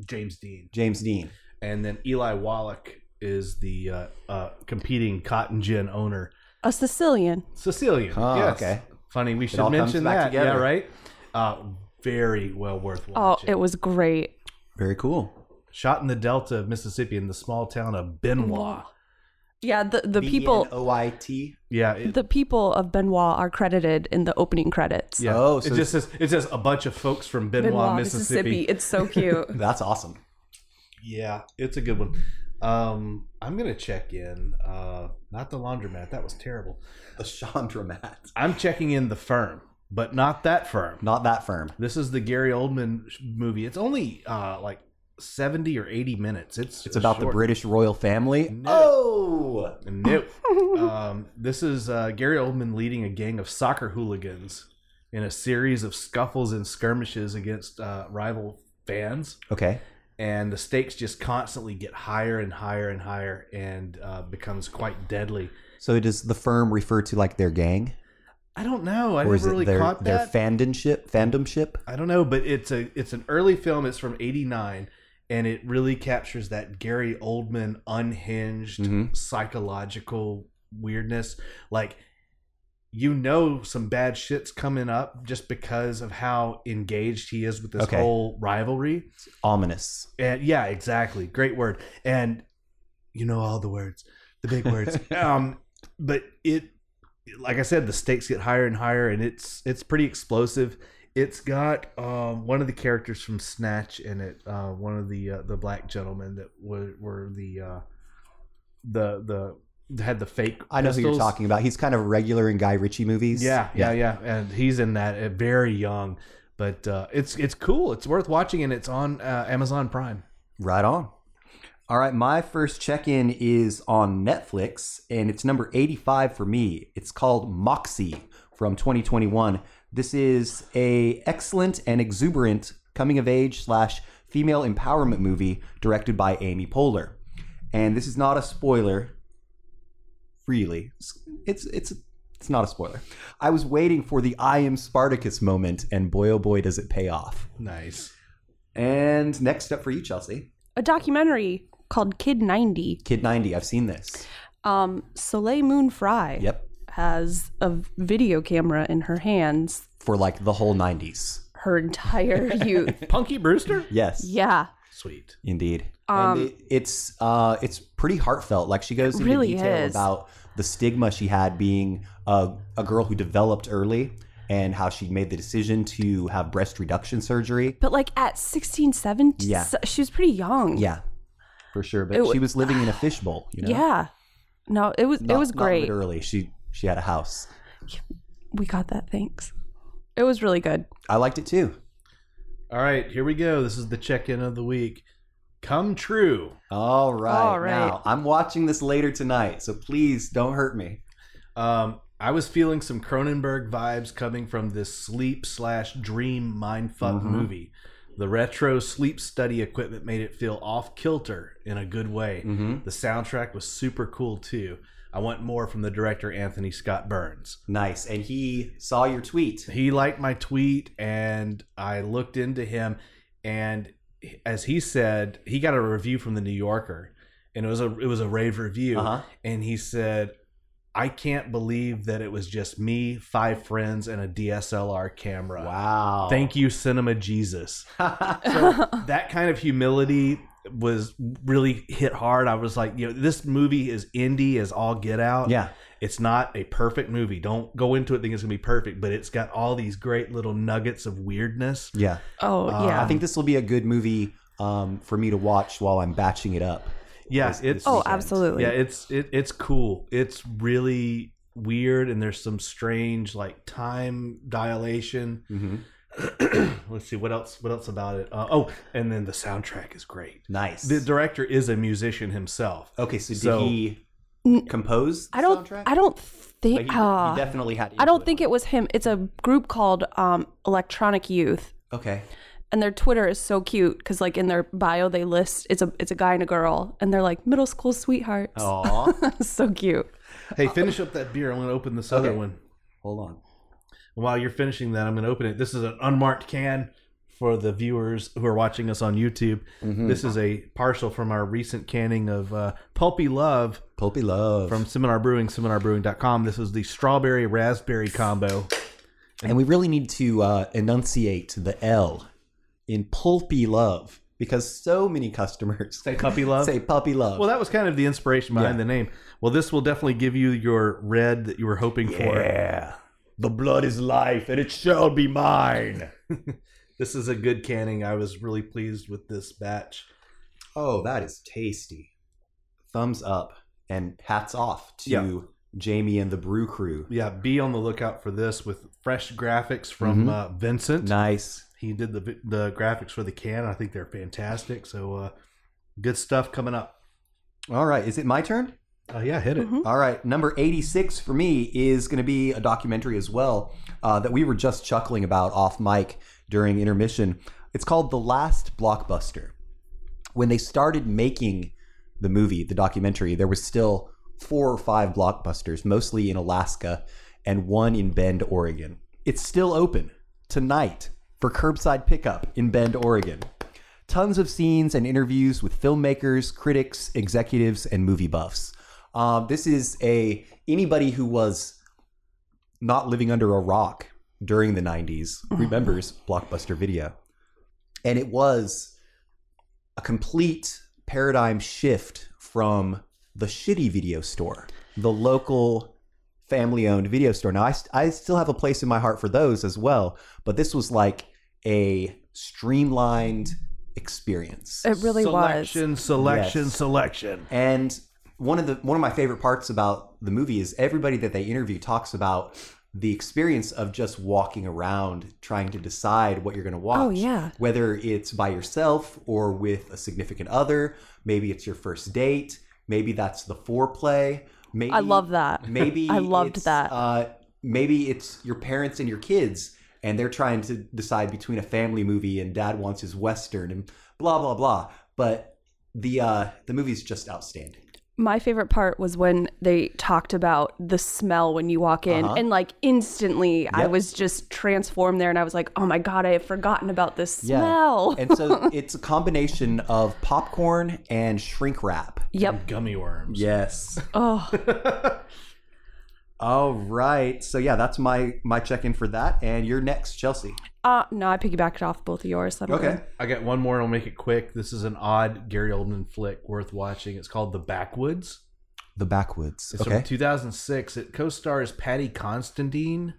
James Dean,
James Dean.
and then Eli Wallach is the uh, uh, competing cotton gin owner.
A Sicilian.
Cecilian.
Oh,
yes.
okay.
Funny. We should
all comes
mention
back
that. Yeah,
together.
right. Uh, very well worth
Oh,
watching.
it was great.
Very cool.
shot in the Delta of Mississippi in the small town of Benoit.
Yeah, the, the people
O I T.
Yeah. It,
the people of Benoit are credited in the opening credits.
yeah.
Oh,
it
so-
just says it says a bunch of folks from Benoit, Mississippi.
It's so cute.
That's awesome.
Yeah, it's a good one. Um, I'm gonna check in. Uh, not the laundromat. That was terrible.
The Chandramat.
I'm checking in the firm, but not that firm.
Not that firm.
This is the Gary Oldman sh- movie. It's only uh, like 70 or 80 minutes. It's
It's about the
short.
British royal family.
No.
Oh,
Nope. um, this is uh, Gary Oldman leading a gang of soccer hooligans in a series of scuffles and skirmishes against uh, rival fans,
okay.
and the stakes just constantly get higher and higher and higher, and uh, becomes quite deadly.
So does the firm refer to like their gang,
I don't know. I
or is
never
it
really
their
caught
their
that.
fandomship? Fandomship.
I don't know, but it's a it's an early film. It's from '89, and it really captures that Gary Oldman unhinged
Mhm.
psychological weirdness. Like you know, some bad shit's coming up just because of how engaged he is with this
Okay.
whole rivalry.
Ominous.
And yeah, exactly. Great word. And you know all the words, the big words. um, but it like I said, the stakes get higher and higher, and it's it's pretty explosive. It's got um, one of the characters from Snatch in it, uh, one of the uh, the black gentlemen that were, were the uh, the the had the fake.
I know who you're
pistols.
talking about. He's kind of a regular in Guy Ritchie movies.
Yeah, yeah, yeah, and he's in that uh, very young, but uh, it's it's cool. It's worth watching, and it's on uh, Amazon Prime.
Right on. All right, my first check in is on Netflix, and it's number 85 for me. It's called Moxie from 2021. This is a excellent and exuberant coming of age slash female empowerment movie directed by Amy Poehler. And this is not a spoiler, really. It's it's it's not a spoiler. I was waiting for the I am Spartacus moment, and boy oh boy does it pay off.
Nice.
And next up for you, Chelsea.
A documentary called Kid 90.
Kid 90, I've seen this.
Um, Soleil Moon Frye
Yep.
has a video camera in her hands
For like the whole 90s.
her entire youth.
Punky Brewster.
Yes.
yeah.
Sweet.
Indeed.
Um,
and it, it's uh it's pretty heartfelt. Like she goes into
really
detail
is.
about the stigma she had being a, a girl who developed early and how she made the decision to have breast reduction surgery.
But like at 16, 17,
Yeah.
she was pretty young.
Yeah. For sure. But
It wa-
she was living in a fishbowl, you know?
Yeah. No, it was
Not-
it was
not
great.
literally. She she had a house.
We got that, thanks. It was really good.
I liked it too.
All right, here we go. This is the check-in of the week. Come true.
All right.
All right.
Now I'm watching this later tonight, so please don't hurt me.
Um, I was feeling some Cronenberg vibes coming from this sleep slash dream mindfuck
Mhm.
movie. The retro sleep study equipment made it feel off kilter in a good way.
Mm-hmm.
The soundtrack was super cool too. I want more from the director Anthony Scott Burns.
Nice. And he saw your tweet.
He liked my tweet and I looked into him and as he said, he got a review from the New Yorker and it was a it was a rave review
Uh-huh.
and he said, "I can't believe that it was just me, five friends and a DSLR camera."
Wow.
Thank you Cinema Jesus.
you.
So that kind of humility was really hit hard. I was like, you know, this movie is indie as all get out.
yeah.
It's not a perfect movie. Don't go into it thinking it's gonna be perfect, but it's got all these great little nuggets of weirdness.
Yeah.
Oh,
Uh,
yeah.
I think this will be a good movie um, for me to watch while I'm batching it up.
Yes,
This-
it's
this
Oh,
weekend.
absolutely.
yeah, it's it, it's cool. It's really weird, and there's some strange like time dilation.
Mm-hmm.
Mhm.
Let's see what else what else about it. Uh, oh, and then the soundtrack is great.
Nice.
The director is a musician himself.
okay, so did
So-
he
N-
compose? The
Mm. I don't
Soundtrack?
I don't
Like, he,
think
he
uh,
definitely had.
I don't
input
think
on
it was him. It's a group called um, Electronic Youth.
Okay.
and their Twitter is so cute because like in their bio they list it's a it's a guy and a girl and they're like middle school sweethearts.
Oh. Aw.
so cute.
Hey, finish up that beer. I'm going to open this other
Okay.
one.
Hold on.
While you're finishing that, I'm going to open it. This is an unmarked can for the viewers who are watching us on YouTube.
Mm-hmm.
This is a partial from our recent canning of uh, Pulpy Love
Pulpy love.
from Seminar Brewing, seminarbrewing.com. This is the strawberry raspberry combo.
and we really need to uh, enunciate the L in pulpy love because so many customers
Say puppy love.
say puppy love.
well, that was kind of the inspiration behind the name. Well, this will definitely give you your red that you were hoping for.
Yeah. The blood is life, and it shall be mine.
This is a good canning. I was really pleased with this batch.
Oh, that is tasty. Thumbs up and hats off to
Yeah.
Jamie and the Brew Crew.
Yeah, be on the lookout for this with fresh graphics from
Mhm.
uh, Vincent.
Nice.
He did the vi- the graphics for the can. I think they're fantastic. So uh, good stuff coming up.
All right, is it my turn?
Uh, yeah, hit
Mm-hmm.
it.
All right, number 86 for me is going to be a documentary as well uh, that we were just chuckling about off mic during intermission. It's called The Last Blockbuster. When they started making the movie, the documentary, there was still four or five blockbusters, mostly in Alaska and one in Bend, Oregon. It's still open tonight for curbside pickup in Bend, Oregon. Tons of scenes and interviews with filmmakers, critics, executives, and movie buffs. Um, this is a anybody who was not living under a rock during the 90s remembers blockbuster video and it was a complete paradigm shift from the shitty video store the local family owned video store. Now, I, st- I still have a place in my heart for those as well, but this was like a streamlined experience.
It really was.
selection, selection,
Yes.
selection.
And one of the one of my favorite parts about the movie is everybody that they interview talks about the experience of just walking around trying to decide what you're going to watch.
Oh, yeah.
Whether it's by yourself or with a significant other, maybe it's your first date, maybe that's the foreplay. Maybe
I love that.
Maybe
I loved
it's,
that.
Uh, maybe it's your parents and your kids, and they're trying to decide between a family movie and dad wants his western and blah blah blah. But the uh, the movie's just outstanding.
My favorite part was when they talked about the smell when you walk in,
Uh-huh.
and like instantly, I
Yep.
was just transformed there, and I was like, "Oh my god, I have forgotten about this
Yeah.
smell."
and so it's a combination of popcorn and shrink wrap.
yep.
Gummy worms.
Yes.
Oh,
All right. So yeah, that's my my check in for that. And you're next, Chelsea.
uh, no, I piggybacked off both of yours. I'm
Okay.
good.
I got one more. I'll make it quick. This is an odd Gary Oldman flick worth watching. It's called The Backwoods.
The backwoods.
It's
Okay.
from 2006. It co-stars Patty Constantine.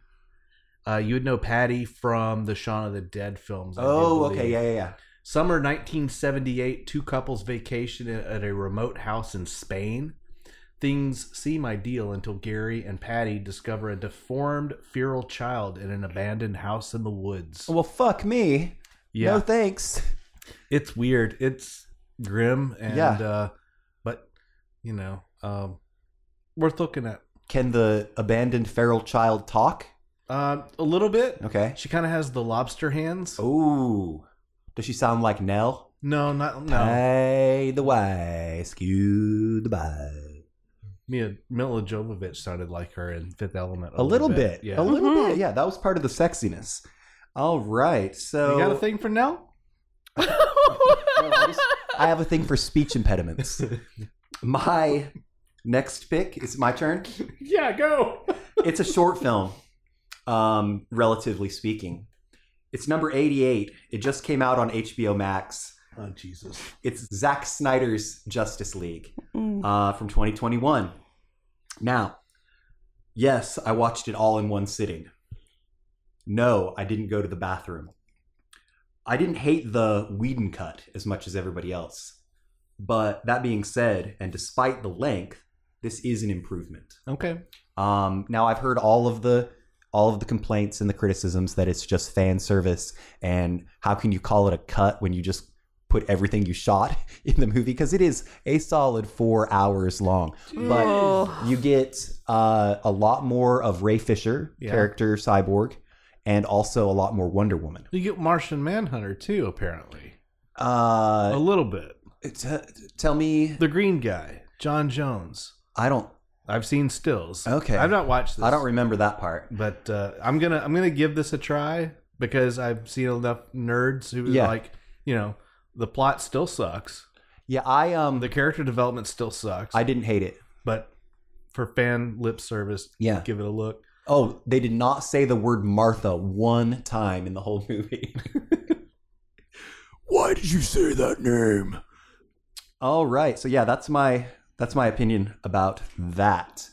Uh, you would know Patty from the Shaun of the Dead films. I do
Oh,
believe.
okay. Yeah, yeah, yeah.
Summer 1978, two couples vacation at- at a remote house in Spain. Things seem ideal until Gary and Patty discover a deformed, feral child in an abandoned house in the woods.
Well, fuck me.
Yeah,
No thanks.
it's weird. It's grim and
Yeah.
uh but you know, um worth looking at.
Can the abandoned feral child talk?
Uh, a little bit.
Okay. Oh.
She kind of has the lobster hands.
Ooh. Does she sound like Nell?
No, not no.
Uh, Pay the way, skew the by.
Mia Mila Jovovich sounded like her in Fifth Element.
A little bit.
Yeah.
A little
Mhm.
bit. Yeah, that was part of the sexiness. All right. So
you got a thing for Nell?
I have a thing for speech impediments. my next pick is it my turn.
Yeah, go.
It's a short film, um, relatively speaking. It's number 88. It just came out on HBO Max.
Oh Jesus.
It's Zack Snyder's Justice League
Mm.
uh, from 2021. Now, yes, I watched it all in one sitting. No, I didn't go to the bathroom. I didn't hate the Whedon cut as much as everybody else. But that being said, and despite the length, this is an improvement.
Okay.
Um, now I've heard all of the all of the complaints and the criticisms that it's just fan service and how can you call it a cut when you just put everything you shot in the movie because it is a solid four hours long.
Oh.
But you get uh, a lot more of Ray Fisher
Yeah.
character cyborg and also a lot more Wonder Woman.
You get Martian Manhunter too, apparently. a
Uh,
little bit.
t- tell me,
The Green Guy, John Jones.
I don't
I've seen stills.
Okay.
I've not watched this.
I don't remember that part.
but uh, I'm gonna I'm gonna give this a try because I've seen enough nerds who
Yeah.
like you know the plot still sucks,
Yeah, I um,
the character development still sucks,
I didn't hate it.
but for fan lip service,
Yeah.
give it a look.
Oh, they did not say the word Martha one time in the whole movie.
Why did you say that name?
All right. So yeah, that's my that's my opinion about that.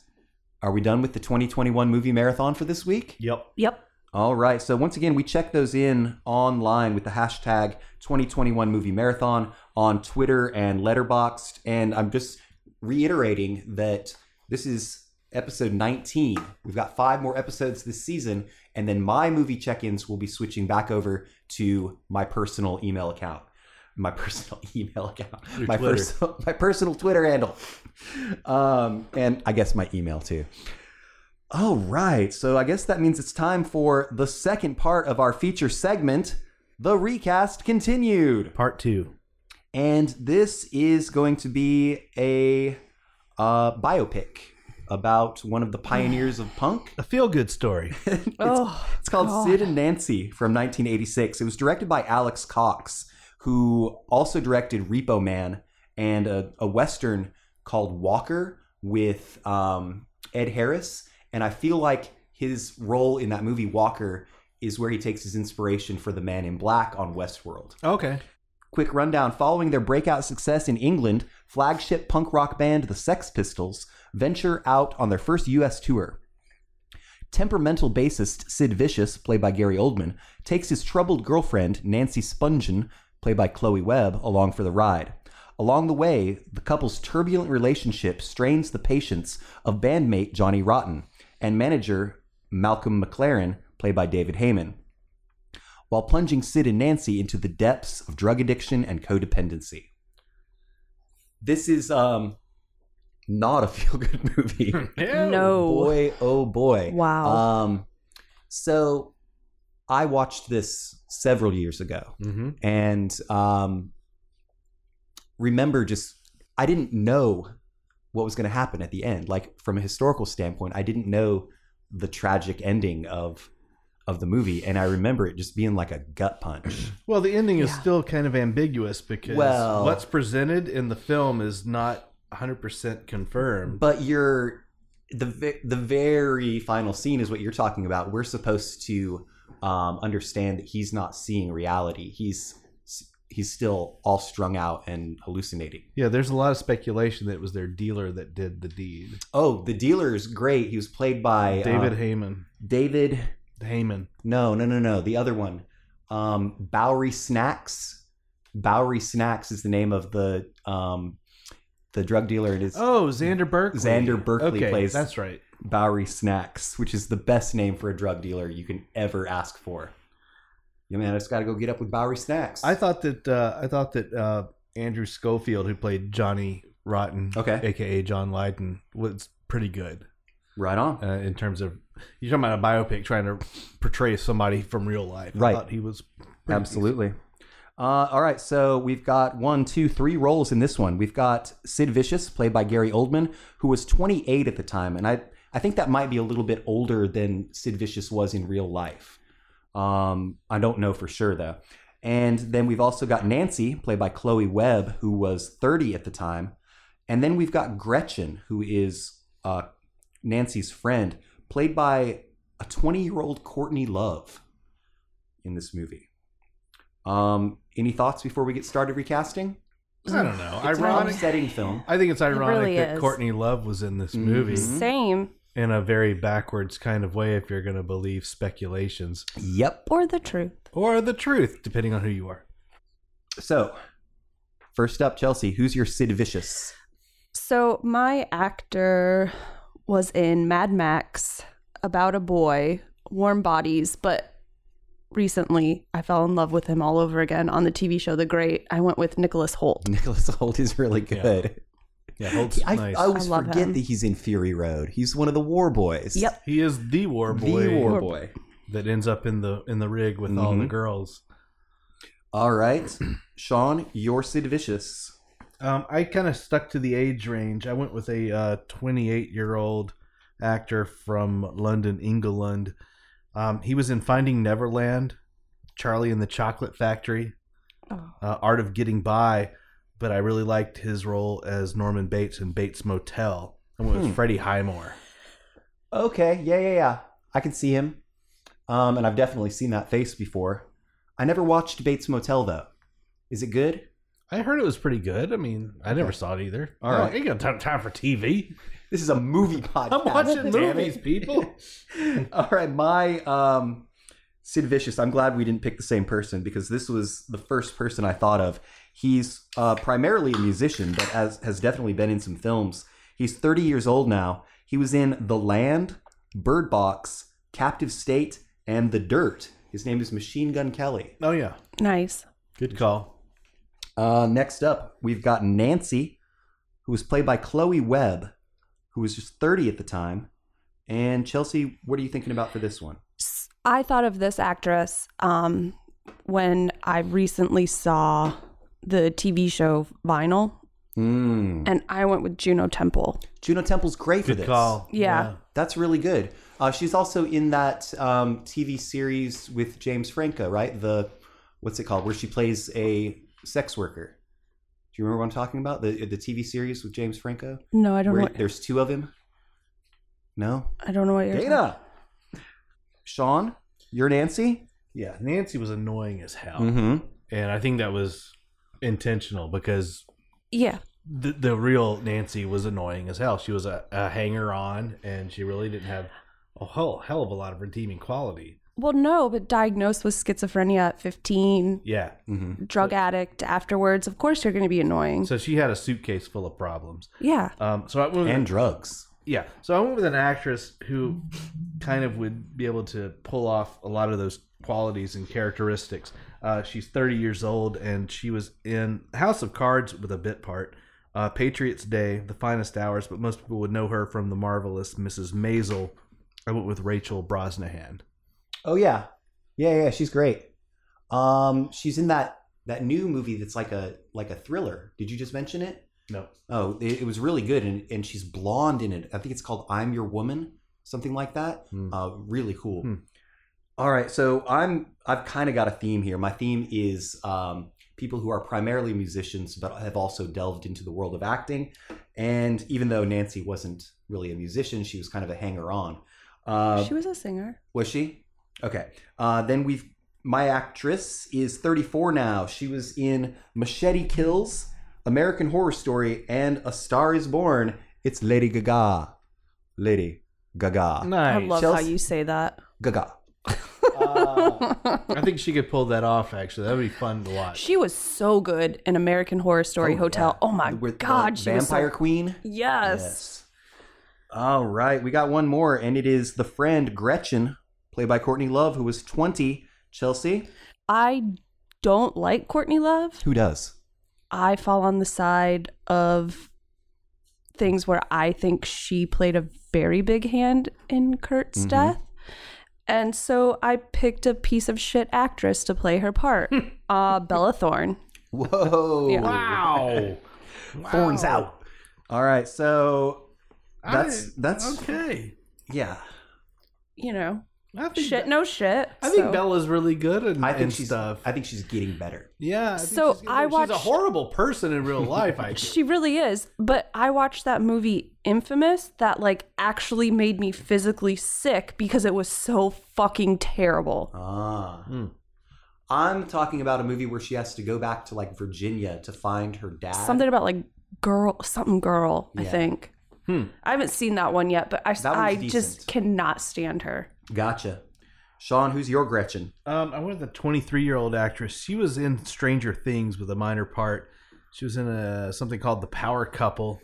Are we done with the 2021 movie marathon for this week?
Yep.
Yep.
All right. So once again, we check those in online with the hashtag 2021 Movie Marathon on Twitter and Letterboxd. And I'm just reiterating that this is episode 19. We've got five more episodes this season, and then my movie check-ins will be switching back over to my personal email account. My personal email account.
Your
my
Twitter.
personal my personal Twitter handle. Um, and I guess my email too. All Oh, right. So I guess that means it's time for the second part of our feature segment, The Recast Continued.
Part two.
And this is going to be a uh, biopic about one of the pioneers of punk.
A feel good story.
Oh,
It's called
God.
Sid and Nancy from 1986. It was directed by Alex Cox, who also directed Repo Man and a, a Western called Walker with um, Ed Harris. And I feel like his role in that movie, Walker, is where he takes his inspiration for the man in black on Westworld.
okay.
Quick rundown following their breakout success in England, flagship punk rock band the Sex Pistols venture out on their first US tour. temperamental bassist Sid Vicious, played by Gary Oldman, takes his troubled girlfriend, Nancy Spungen, played by Chloe Webb, along for the ride. Along the way, the couple's turbulent relationship strains the patience of bandmate Johnny Rotten and manager Malcolm McLaren, played by David Heyman, while plunging Sid and Nancy into the depths of drug addiction and codependency. This is um, not a feel good movie.
no.
Boy, oh boy.
Wow.
Um, so I watched this several years ago
Mm-hmm.
and um, remember just, I didn't know what was going to happen at the end. Like from a historical standpoint, I didn't know the tragic ending of of the movie and i remember it just being like a gut punch
Well, the ending is still kind of ambiguous because
Well-
what's presented in the film is not 100% confirmed.
but you're the ve- the very final scene is what you're talking about we're supposed to um, understand that he's not seeing reality he's he's still all strung out and hallucinating
Yeah, there's a lot of speculation that it was their dealer that did the deed.
oh the dealer is great he was played by
David
uh,
Heyman.
david
Heyman.
no no no no the other one um bowery snacks bowery snacks is the name of the um the drug dealer and his
Oh, Xander Berkeley.
Xander Berkeley
okay,
plays-
That's right.
Bowery Snacks, which is the best name for a drug dealer you can ever ask for. Yeah, man, I just got to go get up with Bowery Snacks.
I thought that uh, I thought that uh, Andrew Schofield, who played Johnny Rotten,
Okay.
aka John Lydon, was pretty good
right on.
uh, in terms of you're talking about a biopic trying to portray somebody from real life.
Right.
I thought he was pretty
Absolutely. Uh, all right, so we've got one, two, three roles in this one. We've got Sid Vicious, played by Gary Oldman, who was 28 at the time, and I I think that might be a little bit older than Sid Vicious was in real life. Um, I don't know for sure though. And then we've also got Nancy, played by Chloe Webb, who was 30 at the time. And then we've got Gretchen, who is uh, Nancy's friend, played by a 20 year old Courtney Love in this movie. Um, any thoughts before we get started recasting?
I don't know.
Mm. It's an
ironic.
upsetting film.
I think it's ironic
really
that
is.
Courtney Love was in this
Mhm.
movie
Same.
Mm-hmm.
in a very backwards kind of way, if you're going to believe speculations
Yep.
Or the truth.
or the truth, depending on who you are.
So, first up, Chelsea, who's your Sid Vicious?
So my actor was in Mad Max about a boy, warm bodies, but recently I fell in love with him all over again on the TV show The Great. I went with Nicholas Holt.
Nicholas Holt is really good.
Yeah, Holt's
I,
nice.
I always
I love
forget
him.
that he's in Fury Road. He's one of the War Boys.
Yep.
he is the war boy Mm-hmm.
The War Boy.
that ends up in the in the rig with all the
Mhm.
girls.
All right, Sean, your Sid Vicious.
Um, I kind of stuck to the age range. I went with a 28 year old actor from London, England. Um, he was in Finding Neverland, Charlie and the Chocolate Factory,
Oh.
uh, Art of Getting By, but I really liked his role as Norman Bates in Bates Motel. I went
Hmm.
with Freddie Highmore.
Okay, yeah, yeah, yeah. I can see him, um, and I've definitely seen that face before. I never watched Bates Motel though. Is it good?
I heard it was pretty good. I mean, I never saw it either.
All
I
right.
ain't got time- time for TV.
This is a movie podcast.
I'm watching
damn
movies,
it.
people.
All right, my um, Sid Vicious. I'm glad we didn't pick the same person because this was the first person I thought of. He's uh, primarily a musician, but has has definitely been in some films. He's 30 years old now. He was in The Land, Bird Box, Captive State, and The Dirt. His name is Machine Gun Kelly.
Oh yeah,
Nice.
good call.
Uh, next up, we've got Nancy, who was played by Chloe Webb, who was just 30 at the time. And Chelsea, what are you thinking about for this one?
S- I thought of this actress um, when I recently saw the TV show Vinyl,
Mm.
and I went with Juno Temple.
Juno Temple's great for
Good
this.
call.
Yeah.
That's really good. Uh, she's also in that um, TV series with James Franco, right? The what's it called? Where she plays a sex worker. Do you remember what I'm talking about? The the TV series with James Franco.
No, I don't
Where
know. What,
there's two of him. No,
I don't know what you're.
Dana. Sean, you're Nancy.
Yeah, Nancy was annoying as hell,
Mm-hmm.
and I think that was intentional because
Yeah.
the the real Nancy was annoying as hell. She was a, a hanger on, and she really didn't have a a whole hell of a lot of redeeming quality.
Well, no, but diagnosed with schizophrenia at 15,
Yeah.
drug addict afterwards, of course you're going to be annoying.
So she had a suitcase full of problems.
yeah.
Um, so I went with,
and drugs.
yeah, so I went with an actress who kind of would be able to pull off a lot of those qualities and characteristics. Uh, she's 30 years old, and she was in House of Cards with a bit part, uh, Patriots Day, The Finest Hours, but most people would know her from the marvelous Mrs. Maisel. I went with Rachel Brosnahan.
Oh yeah, yeah, yeah. She's great. Um, she's in that that new movie that's like a like a thriller. Did you just mention it?
No.
Oh, it, it was really good, and and she's blonde in it. I think it's called "I'm Your Woman," something like that.
Hmm.
Uh, really cool.
Hmm.
All right, so I'm I've kind of got a theme here. My theme is um, people who are primarily musicians, but have also delved into the world of acting. And even though Nancy wasn't really a musician, she was kind of a hanger on. Uh,
she was a singer.
was she? Okay. Uh, then we've my actress is 34 now. She was in Machete Kills, American Horror Story, and A Star Is Born. It's Lady Gaga. Lady Gaga.
I love how
Chelsea-
you say that.
Gaga.
I think she could pull that off, actually. That would be fun to watch.
She was so good in American Horror Story Hotel. Oh my
With the
god, she was so-
Vampire Queen.
Yes.
All right, we got one more, and it is the friend Gretchen, played by Courtney Love, who was 20. Chelsea,
I don't like Courtney Love.
who does?
I fall on the side of things where I think she played a very big hand in Kurt's
Mm-hmm.
death. And so I picked a piece of shit actress to play her part, uh, Bella Thorne.
Whoa!
Yeah.
Wow.
Thorns out. All right, so that's
I-
that's
okay.
yeah.
You know,
I think
shit, no shit.
I think
so.
Bella's really good and,
I think
and
she's
stuff.
I think she's getting better.
yeah. I think
So
she's, she's
I
a
watched-
horrible person in real life. I think.
She really is. But I watched that movie Infamous that like actually made me physically sick because it was so fucking terrible.
Ah.
Hmm.
I'm talking about a movie where she has to go back to like Virginia to find her dad.
Something about like girl something girl, I
Yeah.
think.
Hmm.
I haven't seen that one yet, but I
That one's
I
decent.
just cannot stand her.
Gotcha. Sean, who's your Gretchen?
Um, I went with a 23 year old actress. She was in Stranger Things with a minor part. She was in a, something called The Power Couple,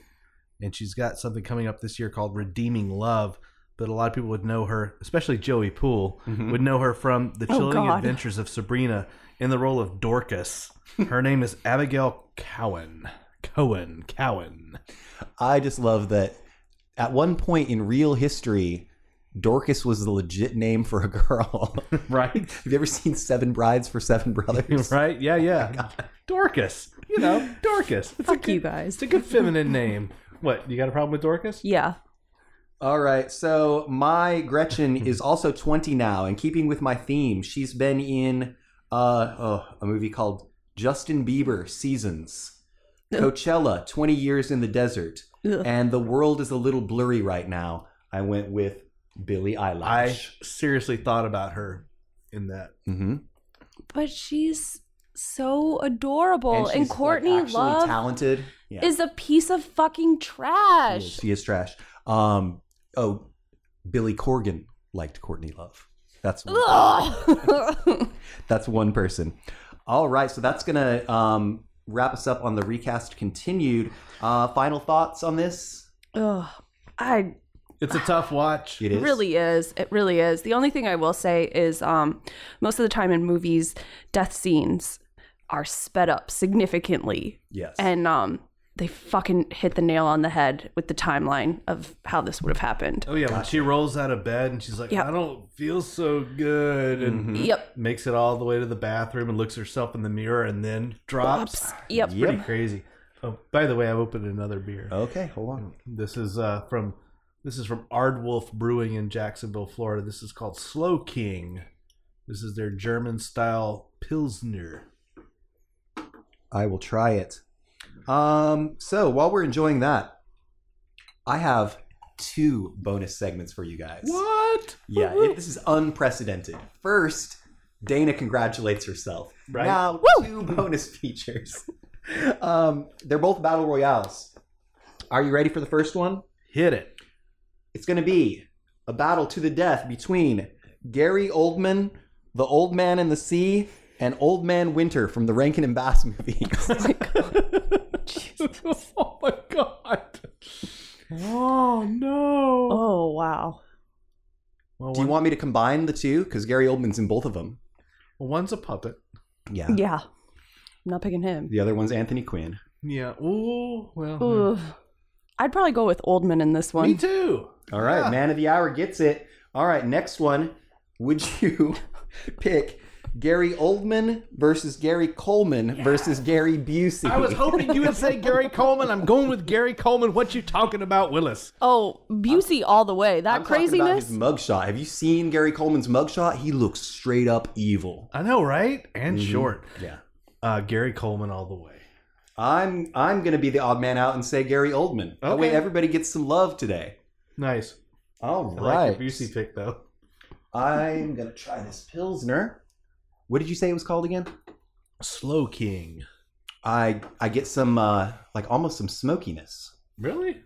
and she's got something coming up this year called Redeeming Love. But a lot of people would know her, especially Joey Poole, would know her from The
Oh,
Chilling
God.
Adventures of Sabrina in the role of Dorcas. Her name is Abigail Cowan. Cohen. Cowan.
I just love that at one point in real history, Dorcas was the legit name for a girl.
Right?
Have you ever seen Seven Brides for Seven Brothers?
right? Yeah, yeah. Dorcas. You know, Dorcas. It's
Fuck
a good,
you guys.
It's a good feminine name. What? You got a problem with Dorcas?
Yeah.
All right, so my Gretchen
Hmm.
is also 20 now, and keeping with my theme, she's been in uh, oh, a movie called Justin Bieber Seasons, Coachella, 20 Years in the Desert,
Ugh.
and The World is a Little Blurry Right Now. I went with Billie
I
Eilish.
seriously thought about her in that.
Mm-hmm.
But she's so adorable. And,
she's, like,
Courtney
actually
Love
talented. Yeah.
is a piece of fucking
She
trash.
is- She is trash. Um, oh, Billy Corgan liked Courtney Love. That's one,
Ugh.
that's one person. All right, so that's gonna um, wrap us up on the recast continued. Uh, final thoughts on this?
Ugh. I
It's a tough watch.
It is
really is. It really is. The only thing I will say is um, most of the time in movies, death scenes are sped up significantly.
yes.
And um, they fucking hit the nail on the head with the timeline of how this would have happened.
Oh yeah, when she rolls out of bed and she's like,
Yeah.
"I don't feel so good," and
Mm-hmm.
Yep.
makes it all the way to the bathroom and looks herself in the mirror and then drops.
Oops. Yep.
Yep.
Pretty crazy. Oh, by the way, I opened another beer.
okay, hold on.
This is uh, from this is from Ardwolf Brewing in Jacksonville, Florida. This is called Slow King. This is their German style pilsner.
I will try it. Um, so while we're enjoying that, I have two bonus segments for you guys.
What?
Yeah, it, this is unprecedented. First, Dana congratulates herself.
Right.
Now, two bonus features. Um, they're both battle royales. Are you ready for the first one?
Hit it.
It's going to be a battle to the death between Gary Oldman, the old man in the sea, and Old Man Winter from the Rankin and Bass movies.
oh my god. Oh no.
Oh wow.
Well,
Do you
one-
want me to combine the two? Because Gary Oldman's in both of them.
well, one's a puppet.
Yeah.
Yeah. I'm not picking him.
The other one's Anthony Quinn.
Yeah. Ooh. Well. hmm.
Ooh.
Mm-hmm.
I'd probably go with Oldman in this one.
Me too.
All right, man of the hour gets it. All right, next one. Would you pick Gary Oldman versus Gary Coleman versus Gary Busey?
I was hoping you would say Gary Coleman. I'm going with Gary Coleman. What you talking about, Willis?
Oh, Busey all the way. That
I'm talking about
craziness.
his mugshot. Have you seen Gary Coleman's mugshot? He looks straight up evil.
I know, right? And short.
Yeah.
Uh, Gary Coleman all the way.
I'm I'm gonna be the odd man out and say Gary Oldman. That way
Okay.
everybody gets some love today.
Nice.
All
I
right.
like your Busey pick though.
I'm gonna try this Pilsner. What did you say it was called again?
Slow King.
I I get some uh like almost some smokiness.
Really?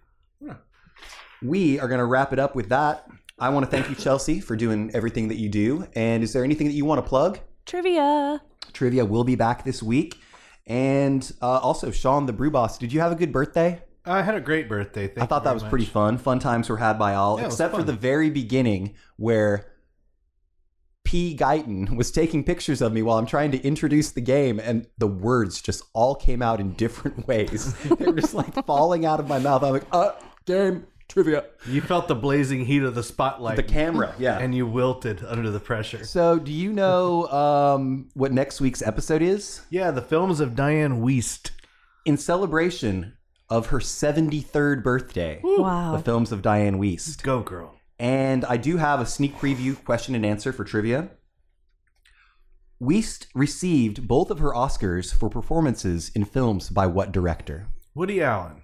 We are gonna wrap it up with that. I want to thank you, Chelsea, for doing everything that you do. And is there anything that you want to plug?
Trivia.
Trivia will be back this week. And uh, also, Sean the Brew Boss, did you have a good birthday?
I had a great birthday. Thank
I thought
you
that
very
was
much.
pretty fun. Fun times were had by all,
Yeah, it was
except for
fun.
the very beginning where P. Guyton was taking pictures of me while I'm trying to introduce the game, and the words just all came out in different ways. they were just like falling out of my mouth. I'm like, uh, game, trivia.
You felt the blazing heat of the spotlight,
The camera, yeah.
and you wilted under the pressure.
so, do you know um, what next week's episode is?
Yeah, the films of Diane Wiest.
In celebration of her 73rd birthday, the
Wow.
films of Diane Wiest.
Go, girl.
And I do have a sneak preview question and answer for trivia. Wiest received both of her Oscars for performances in films by what director?
Woody Allen.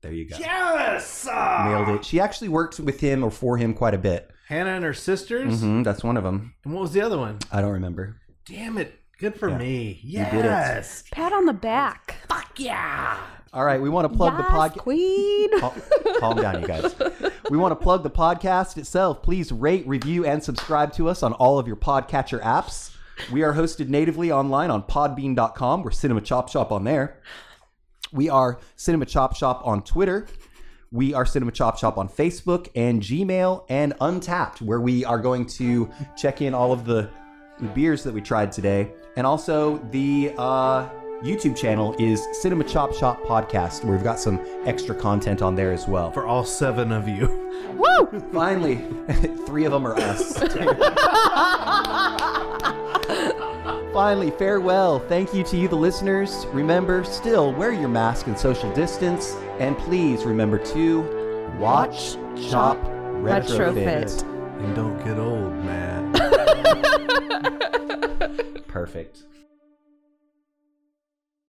There you go.
Yes.
Nailed it. She actually worked with him or for him quite a bit.
Hannah and her sisters.
hmm that's one of them.
And what was the other one?
I don't remember.
Damn it! Good for me.
did it.
Yes.
Pat on the back.
All right, we want to plug the
Yes,
podcast.
Queen.
Cal- calm down, you guys. We want to plug the podcast itself. Please rate, review, and subscribe to us on all of your podcatcher apps. We are hosted natively online on podbean.com. We're Cinema Chop Shop on there. We are Cinema Chop Shop on Twitter. We are Cinema Chop Shop on Facebook and Gmail and Untapped, where we are going to check in all of the beers that we tried today. And also, the uh, YouTube channel is Cinema Chop Shop Podcast, where we've got some extra content on there as well.
For all seven of you.
Finally, three of them are us. Finally, farewell. Thank you to you, the listeners. Remember, still wear your mask and social distance. And please remember to watch, chop, retrofit.
retrofit.
And don't get old, man.
Perfect.